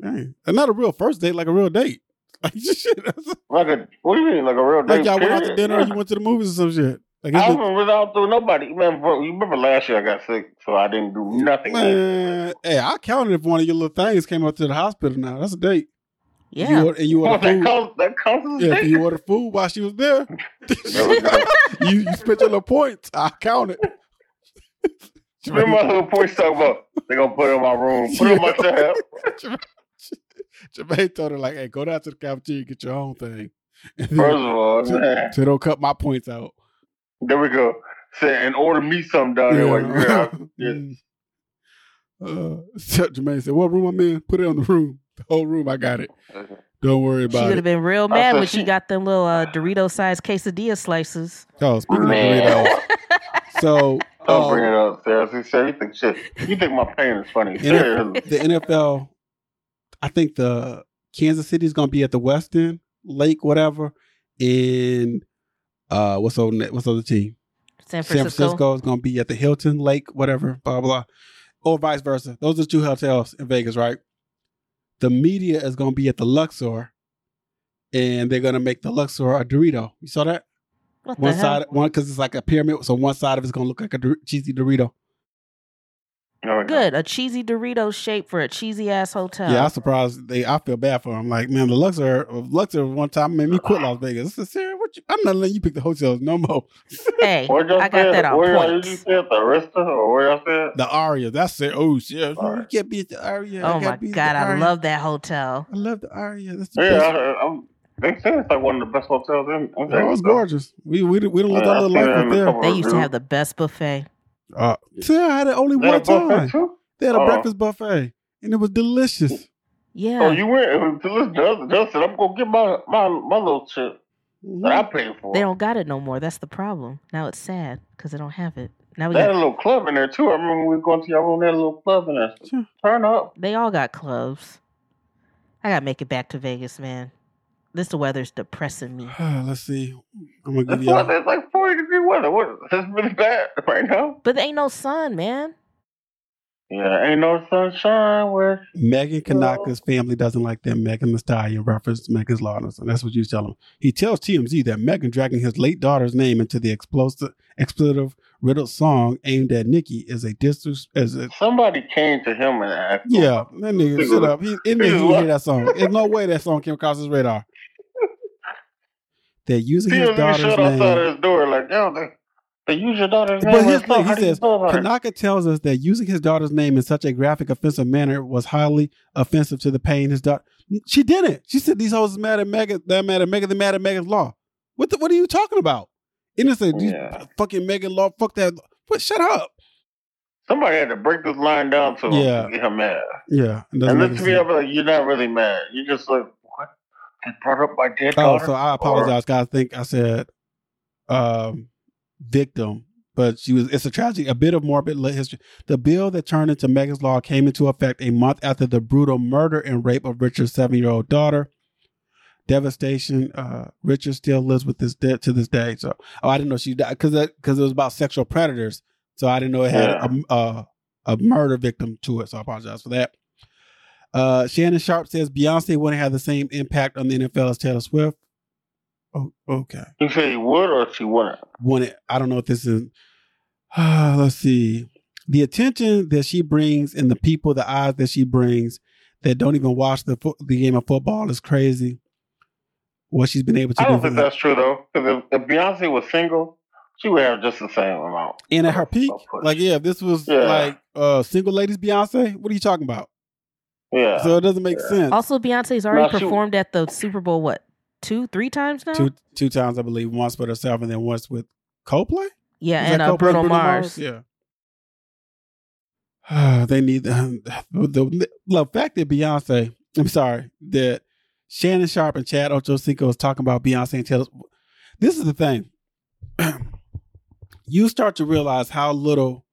A: Dang. And not a real first date, like a real date. Like shit. that's-
B: Like a what do you mean, like a real date?
A: Like y'all went out to
B: period?
A: dinner or
B: Yeah.
A: you went to the movies or some shit. Like
B: I
A: it's
B: haven't been out through nobody. Man, bro, you remember last year I got sick, so I didn't do
A: been-
B: nothing.
A: man, hey, I counted if one of your little things came up to the hospital now. That's a date.
C: Yeah.
A: You order, and you
B: Well,
A: order
B: that
A: food.
B: counts. That counts as
A: Yeah,
B: a
A: if
B: date.
A: you order food while she was there,
B: There we go.
A: you, you spent your little points. I counted.
B: Remember my little voice talking about they gonna put it in my room, put it in my tab.
A: Jermaine told her, like, hey, go down to the cafeteria, get your own thing. And
B: First
A: then,
B: of all, man,
A: so don't cut my points out.
B: there we go. Say and order me something down there. Like, yeah, yeah.
A: Mm. Uh, so Jermaine said, "What room I'm in? Put it on the room. The whole room. I got it. Don't worry
C: She would
A: about
C: have
A: it."
C: been real mad
B: said
C: when
B: she-
C: she got them little uh, Dorito sized quesadilla slices.
A: Oh, speaking
B: man.
A: of Doritos, so
B: Don't
A: uh,
B: bring it up, seriously. Sir, you think shit? You think my pain is funny?
A: Yeah.
B: Seriously.
A: the NFL, I think the Kansas City is going to be at the Westin Lake, whatever, and uh, what's on what's on the team? San
C: San Francisco.
A: Francisco is going to be at the Hilton Lake, whatever, blah, blah, or vice versa. Those are two hotels in Vegas, right? The media is going to be at the Luxor, and they're going to make the Luxor a Dorito. You saw that?
C: What
A: one
C: the
A: side,
C: hell?
A: one, because it's like a pyramid, so one side of it's going to look like a Dor- cheesy Dorito.
B: There we go.
C: Good. A cheesy Dorito shape for a cheesy ass hotel.
A: Yeah, I'm surprised. They, I feel bad for them. Like, man, the Luxor, Luxor one time made me quit Las Vegas. I said, Sarah, what you, I'm not letting you pick the hotels no more.
C: hey,
B: Where y'all
C: I
B: said-
C: got that on
B: Where y'all
C: points.
B: usually said the Arista or where y'all said?
A: The Aria, that's it. Oh, Sarah, you
B: Aria.
A: can't be at the Aria. I
C: Oh
A: gotta
C: my
A: be at the
C: God. I
A: Aria.
C: love that hotel.
A: I love the Aria. That's the
B: Yeah,
A: best.
B: I, heard- I'm, they said it's like one of the best hotels in. in
A: That was
B: Vegas, though.
A: gorgeous. We we we don't let
B: Oh, Yeah,
A: our little
B: I've seen
A: life
B: it
A: up
B: in a
A: there.
B: couple
C: They used to
B: reviews.
C: have the best buffet.
B: Oh,
A: Uh, see, I had it only
B: They had a
A: one
B: buffet
A: time.
B: too.
A: They had a
B: Oh.
A: breakfast buffet, and it was delicious.
C: Yeah.
B: Oh, you went? Justin, Justin, I'm gonna get my my my little chip. that
A: Mm-hmm.
B: I paid for.
C: They don't got it no more. That's the problem. Now it's sad because they don't have it. Now we
B: They had a
C: got,
B: little club in there too. I remember we were going to your room. They had a little club in there. Turn up.
C: they all got clubs. I gotta make it back to Vegas, man. This weather's depressing me.
A: Uh, Let's see. I'm gonna give
B: It's,
A: you.
B: what,
A: all
B: it's like forty degree weather. What? It's really bad right now.
C: But there ain't no sun, man.
B: Yeah, ain't no sunshine. Where
A: Megan Kanaka's family doesn't like that Megan Thee Stallion reference Megan's Lawrence, and that's what you tell him. He tells TMZ that Megan dragging his late daughter's name into the explosive, expletive riddled song aimed at Nikki is a dis. Is a,
B: somebody came to him and asked.
A: yeah, that nigga, shut up. He, in there, he didn't hear that song. There's no way that song came across his radar. They're using his
B: Peter
A: daughter's
B: shut outside
A: name.
B: his door like, yo, they, they use your daughter's name.
A: But
B: on
A: here's
B: the
A: the
B: song.
A: thing.
B: How
A: He
B: do you
A: says
B: feel about it?
A: Kanaka tells us that using his daughter's name in such a graphic, offensive manner was highly offensive to the pain his daughter. She did it. She said these hoes is mad at Mega. They're mad at Mega. They're mad at Megan's Law. What the, What are you talking about? Innocent. these
B: Yeah.
A: Fucking Megan Law. Fuck that. What? Shut up.
B: Somebody had to break this line down to him
A: Yeah.
B: to get him mad.
A: Yeah. it
B: And
A: doesn't make
B: this
A: any
B: to be
A: sense.
B: like, you're not really mad. You're just like, what? They brought up my dead
A: Oh,
B: daughter.
A: so I apologize. 'cause I think I said um, victim, but she was. It's a tragedy. A bit of morbid lit history. The bill that turned into Megan's Law came into effect a month after the brutal murder and rape of Richard's seven-year-old daughter. Devastation. Uh, Richard still lives with this debt to this day. So, oh, I didn't know she died because because it was about sexual predators. So I didn't know it had a, a a murder victim to it. So I apologize for that. Uh, Shannon Sharp says Beyonce wouldn't have the same impact on the NFL as Taylor Swift. Oh, okay.
B: You said you would or she wouldn't?
A: One, I don't know if this is. let's see. The attention that she brings and the people, the eyes that she brings that don't even watch the fo- the game of football is crazy. What she's been able to
B: I
A: do,
B: don't
A: for
B: think
A: her.
B: that's true, though. Because if, if Beyonce was single, she would have just the same amount.
A: and at her peak,
B: push.
A: like yeah, if this was
B: Yeah.
A: like uh single ladies Beyonce, what are you talking about?
B: Yeah.
A: So it doesn't make sense.
C: Also, Beyonce's
B: Now,
C: already
B: she-
C: performed at the Super Bowl what two, three times now.
A: two two times, I believe, once with herself and then once with Coldplay.
C: yeah,
A: Is
C: and
A: that
C: uh,
A: Coldplay,
C: Bruno, Mars.
A: Yeah. they need uh, the, the, the fact that Beyonce, I'm sorry, that Shannon Sharp and Chad Ochocinco was talking about Beyonce and Taylor. This is the thing. you start to realize how little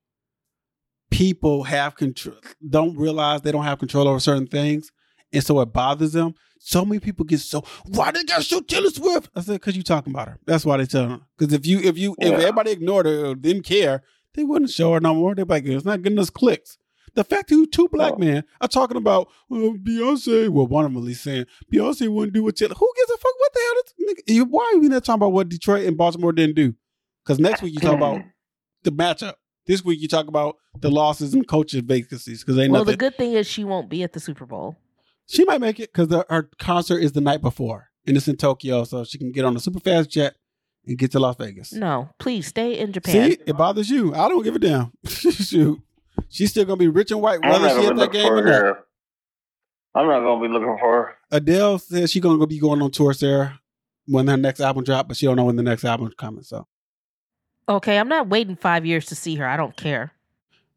A: people have control, don't realize they don't have control over certain things. And so it bothers them. So many people get so why they gotta shoot Taylor Swift? I said because you talking about her. That's why they tell her. Because if you if you if
B: Yeah.
A: everybody ignored her or didn't care, they wouldn't show her no more. They'd be like, it's not getting us clicks. The fact that you two black
B: Oh.
A: men are talking about oh, Beyonce, well, one of them at least saying Beyonce wouldn't do what Taylor. Who gives a fuck what the hell? This, nigga, you- why are we not talking about what Detroit and Baltimore didn't do? Because next week you talk about the matchup. This week you talk about the losses and coaching vacancies because ain't
C: Well,
A: nothing.
C: the good thing is she won't be at the Super Bowl.
A: She might make it because her concert is the night before and it's in Tokyo, so she can get on a super fast jet and get to Las Vegas.
C: No, please stay in Japan.
A: See, it bothers you. I don't give a damn. Shoot, she's still gonna be rich and white
B: I'm
A: whether
B: not
A: she
B: going to
A: at
B: be looking
A: that game
B: for
A: or not.
B: her. I'm not going to be looking for her.
A: Adele says she's gonna be going on tour, Sarah, when her next album drop, but she don't know when the next album's coming. So,
C: Okay, I'm not waiting five years to see her. I don't care.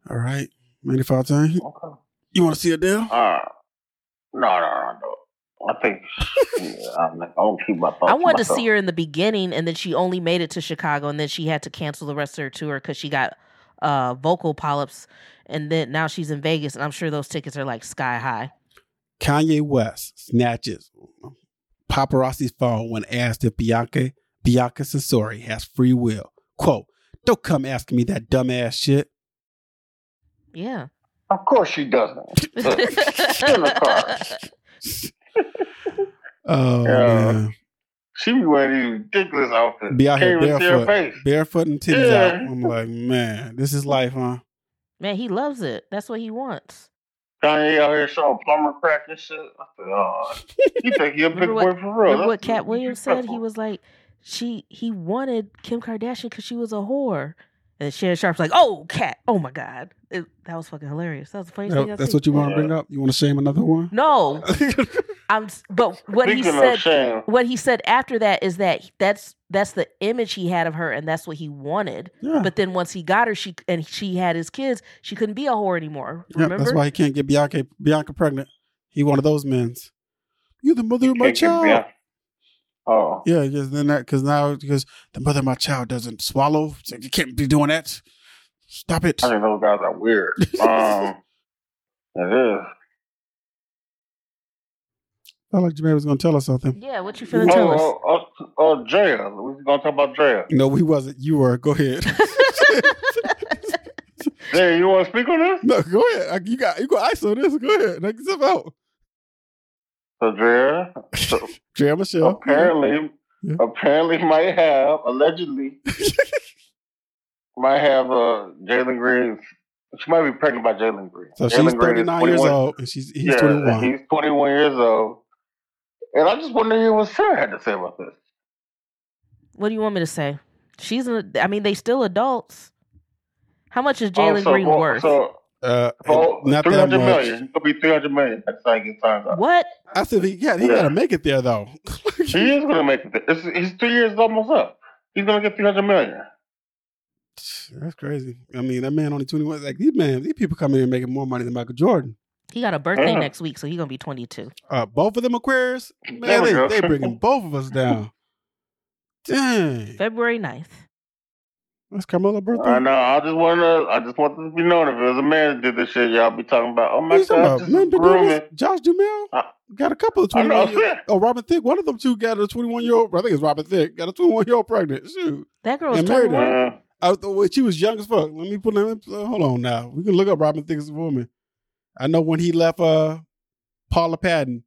A: all right, Mandy Fontaine,
B: Okay.
A: you want to see Adele?
B: Uh, no, no, no, no. I think yeah, I'm, not- I won't keep my thoughts.
C: I wanted to
B: myself.
C: see her in the beginning, and then she only made it to Chicago, and then she had to cancel the rest of her tour because she got uh, vocal polyps, and then now she's in Vegas, and I'm sure those tickets are like sky high.
A: Kanye West snatches paparazzi's phone when asked if Bianca Bianca Sensori has free will. Quote, don't come asking me that dumbass shit.
C: Yeah.
B: Of course she doesn't. Sit in the car.
A: Oh
B: Yeah.
A: man.
B: She be wearing these ridiculous outfits.
A: Be out
B: Can't
A: here
B: even see her
A: barefoot.
B: face.
A: Barefoot and titties
B: Yeah.
A: out. I'm like, man, this is life, huh?
C: Man, he loves it. That's what he wants.
B: Kanye out here showing plumber crack and shit. I said, oh, you think he a big
C: Remember what-
B: boy for real?
C: Remember what
B: That's
C: Cat Williams said? He
B: disrespectful.
C: was like, she he wanted Kim Kardashian because she was a whore. And Shannon Sharp's like, oh, Cat. Oh, my God. It- that was fucking hilarious. That was the funniest thing I've
A: that's
C: seen.
A: what you want to bring up? You want to shame another one?
C: No, I'm. s- But what he
B: Speaking
C: said,
B: of shame,
C: what he said after that is that he- that's that's the image he had of her, and that's what he wanted.
A: Yeah.
C: But then once he got her, she and she had his kids. She couldn't be a whore anymore.
A: yeah,
C: Remember?
A: that's why he can't get Bianca Bianca pregnant. He one of those men's. You're the mother of my
B: can't get
A: child.
B: Beyonce- Oh.
A: Yeah, because then that because now because the mother of my child doesn't swallow, so you can't be doing that. Stop it.
B: I think those guys are weird. um, it is.
A: I like Jermaine was gonna tell us something.
C: Yeah, what you
B: Oh,
C: feeling? Tell us.
B: oh, oh, oh, Jaya. We was gonna talk about Jaya.
A: No, he wasn't. You were. Go ahead.
B: Jaya, you want to speak on this?
A: no, go ahead. Like, You got you go ISO this. Go ahead. Knock yourself out.
B: So Jaya,
A: Jerry Michelle.
B: apparently,
A: Yeah.
B: apparently might have allegedly might have uh, Jalen Green. She might be pregnant by Jalen Green.
A: So
B: Jalen
A: she's
B: Green is
A: thirty nine years
B: 21
A: old and she's he's
B: yeah,
A: twenty one.
B: He's 21 years old. And I just wanted to hear what Sarah had to say about this.
C: What do you want me to say? She's. An, I mean, they still adults. How much is Jalen
B: Oh, so-
C: Green
B: well,
C: worth?
B: So,
A: uh,
B: well,
A: not that
B: 300
A: much.
B: million. It could be 300 million by the time he gets signed up.
C: what?
A: I said he got he
B: Yeah.
A: gotta make it there though.
B: He is going to make it. It's, his two years is almost up. He's going to get 300 million.
A: That's crazy. I mean, that man only twenty one. Like these man, these people come in and making more money than Michael Jordan.
C: He got a birthday
B: Yeah.
C: next week, so he's gonna be twenty two.
A: Uh, both of them Aquarius.
B: There
A: Man,
B: we go.
A: they, they bringing both of us down. Dang,
C: February 9th.
A: that's Carmela's birthday.
B: I know. I just want to. I just want to be known if it was a man that did this shit, y'all be talking about. Oh
A: What
B: my
A: you talking
B: god,
A: about?
B: this
A: Man,
B: is
A: been doing this?
B: grooming.
A: Josh Dumel
B: I-
A: got a couple of
B: I
A: twenty
B: know.
A: one. Oh, Robin Thicke. One of them two got a twenty one year old. I think it's Robin Thicke. Got a twenty one year old pregnant. Shoot.
C: That girl was
A: And married
C: 21.
A: her.
B: Yeah.
A: I was, well, she was young as fuck. Let me put him. uh, Hold on now. We can look up Robin Thicke's woman. I know when he left uh, Paula Patton.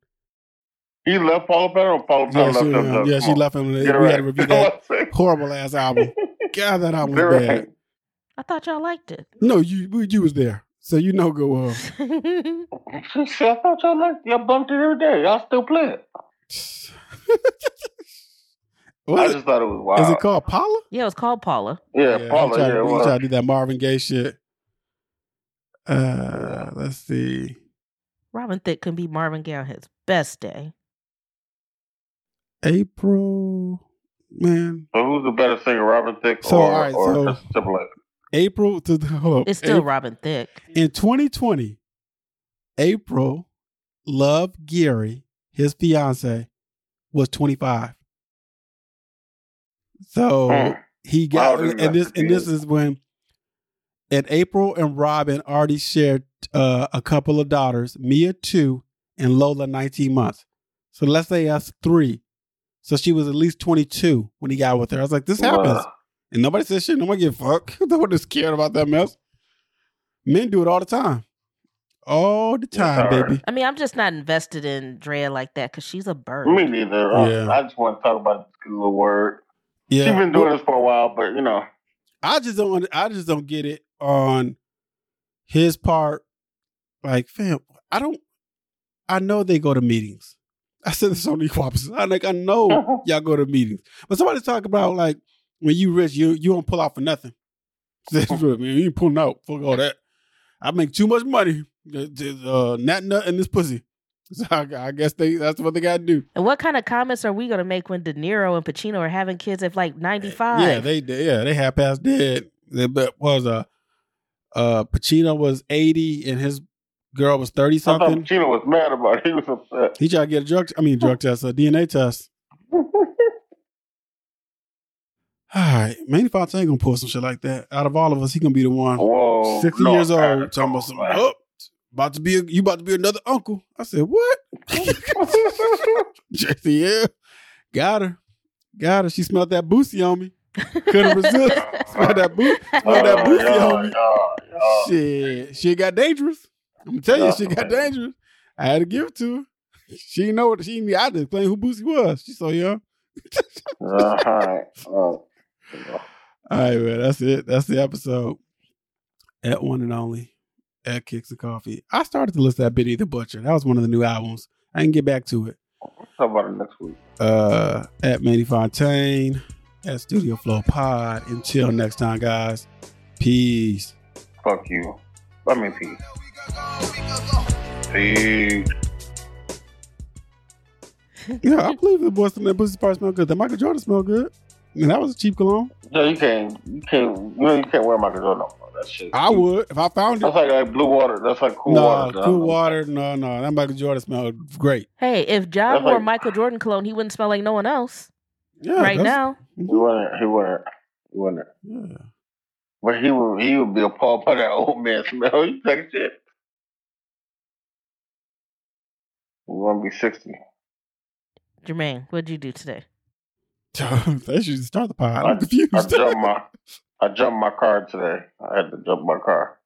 B: He left Paula Patton or Paula Patton
A: Yeah, she,
B: left him?
A: um, yeah, she left him.
B: Get
A: We
B: it
A: had
B: right.
A: to review that
B: Get
A: horrible ass album. God, that album was
B: it
A: bad.
B: right.
C: I thought y'all liked it.
A: No, you we- you was there, so you know go uh, well.
B: She said, I thought y'all liked y'all bumped it every day. Y'all still play it.
A: what
B: I
A: is,
B: just thought it was
A: it-
B: wild.
A: is it called Paula?
C: yeah, it was called Paula.
B: Yeah,
A: he
B: Paula.
A: tried,
B: yeah,
A: to-
B: it
A: he
B: was.
A: tried to do that Marvin Gaye shit. Uh, let's see.
C: Robin Thicke can be Marvin Gaye on his best day.
A: April, man,
B: So who's the better singer, Robin Thicke
A: So,
B: or,
A: all right,
B: or
A: so-
B: Justin Timberlake?
A: April to the hold up.
C: It's still
A: April-
C: Robin Thicke.
A: in 2020. April, Love Gary, his fiance, was 25. So
B: Hmm.
A: he got
B: Wow, dude,
A: and this
B: that's
A: and this
B: good.
A: is when and April and Robin already shared uh, a couple of daughters, Mia two and Lola 19 months. So let's say us three. So she was at least 22 when he got with her. I was like, this happens.
B: Wow.
A: And nobody says shit. Nobody give a fuck. No one is caring about that mess. Men do it all the time. All the time,
B: Sorry.
A: baby.
C: I mean, I'm just not invested in Drea like that because she's a bird.
B: Me neither. I-
A: Yeah.
B: I, just want to talk about this little word.
A: Yeah.
B: She's been doing this for a while, but you know,
A: I just don't I just don't get it on his part. Like, fam, I don't I know they go to meetings. I said this on the equal opposite. I like I know y'all go to meetings. But somebody talk about like when you rich, you you don't pull out for nothing. That's real, man. You ain't pulling out. Fuck all that. I make too much money. Uh, uh, nut nut and this pussy. So I, I guess they that's what they gotta do.
C: And what kind of comments are we going to make when De Niro and Pacino are having kids at like 95?
A: Yeah, they they- yeah they half past dead. They, but what was uh uh Pacino was eighty and his girl was thirty
B: I thought
A: something.
B: Gina was mad about it. He was upset.
A: He tried to get a drug. I mean, drug test, a DNA test. All right, Manny Fontaine gonna pull some shit like that. Out of all of us, he gonna be the one
B: Whoa.
A: sixty
B: Oh, no,
A: years old
B: man.
A: talking about some.
B: Wow.
A: Oh, about to be a, you about to be another uncle. I said what? Jesse, yeah, got her, got her. She smelled that boosie on me. Couldn't resist. smelled that boo.
B: Oh,
A: Smelled that boosie
B: yeah,
A: on me.
B: yeah, yeah.
A: Shit, she got dangerous. I'm gonna tell you, she got
B: Yeah.
A: dangerous. I had to give it to her. She didn't know what she. didn't- I just playing who Boosie was. She so young.
B: All right. Oh.
A: All right, man. That's it. That's the episode. At one and only, at Kicks and Coffee. I started to listen to that Biddy the Butcher. That was one of the new albums. I can get back to it.
B: Talk about it next week.
A: Uh, at Manny Fontaine, at Studio Flow Pod. Until next time, guys. Peace.
B: Fuck you. Let me peace. Peace.
A: Yeah, I believe the boys from that Boosie part smell good. That Michael Jordan smelled good. And that was a cheap cologne.
B: No, you can't. You can't. You, know, you can't wear Michael Jordan. No, more. that shit.
A: I would if I found it.
B: That's like, like blue water. That's like Oh, cool
A: no,
B: water. dog.
A: cool water. No, no, that Michael Jordan smelled great.
C: Hey, if John
B: That's
C: wore
B: like-
C: Michael Jordan cologne, he wouldn't smell like no one else.
A: Yeah,
C: right
A: that's-
C: now.
B: He wouldn't. He wouldn't. He wouldn't.
A: Yeah.
B: But he would. He would be appalled by that old man smell. You take shit. We're gonna be sixty.
C: Jermaine, what'd you do today?
A: they should start the pod.
B: I,
A: I'm confused.
B: I jumped my. I jumped my car today. I had to jump my car.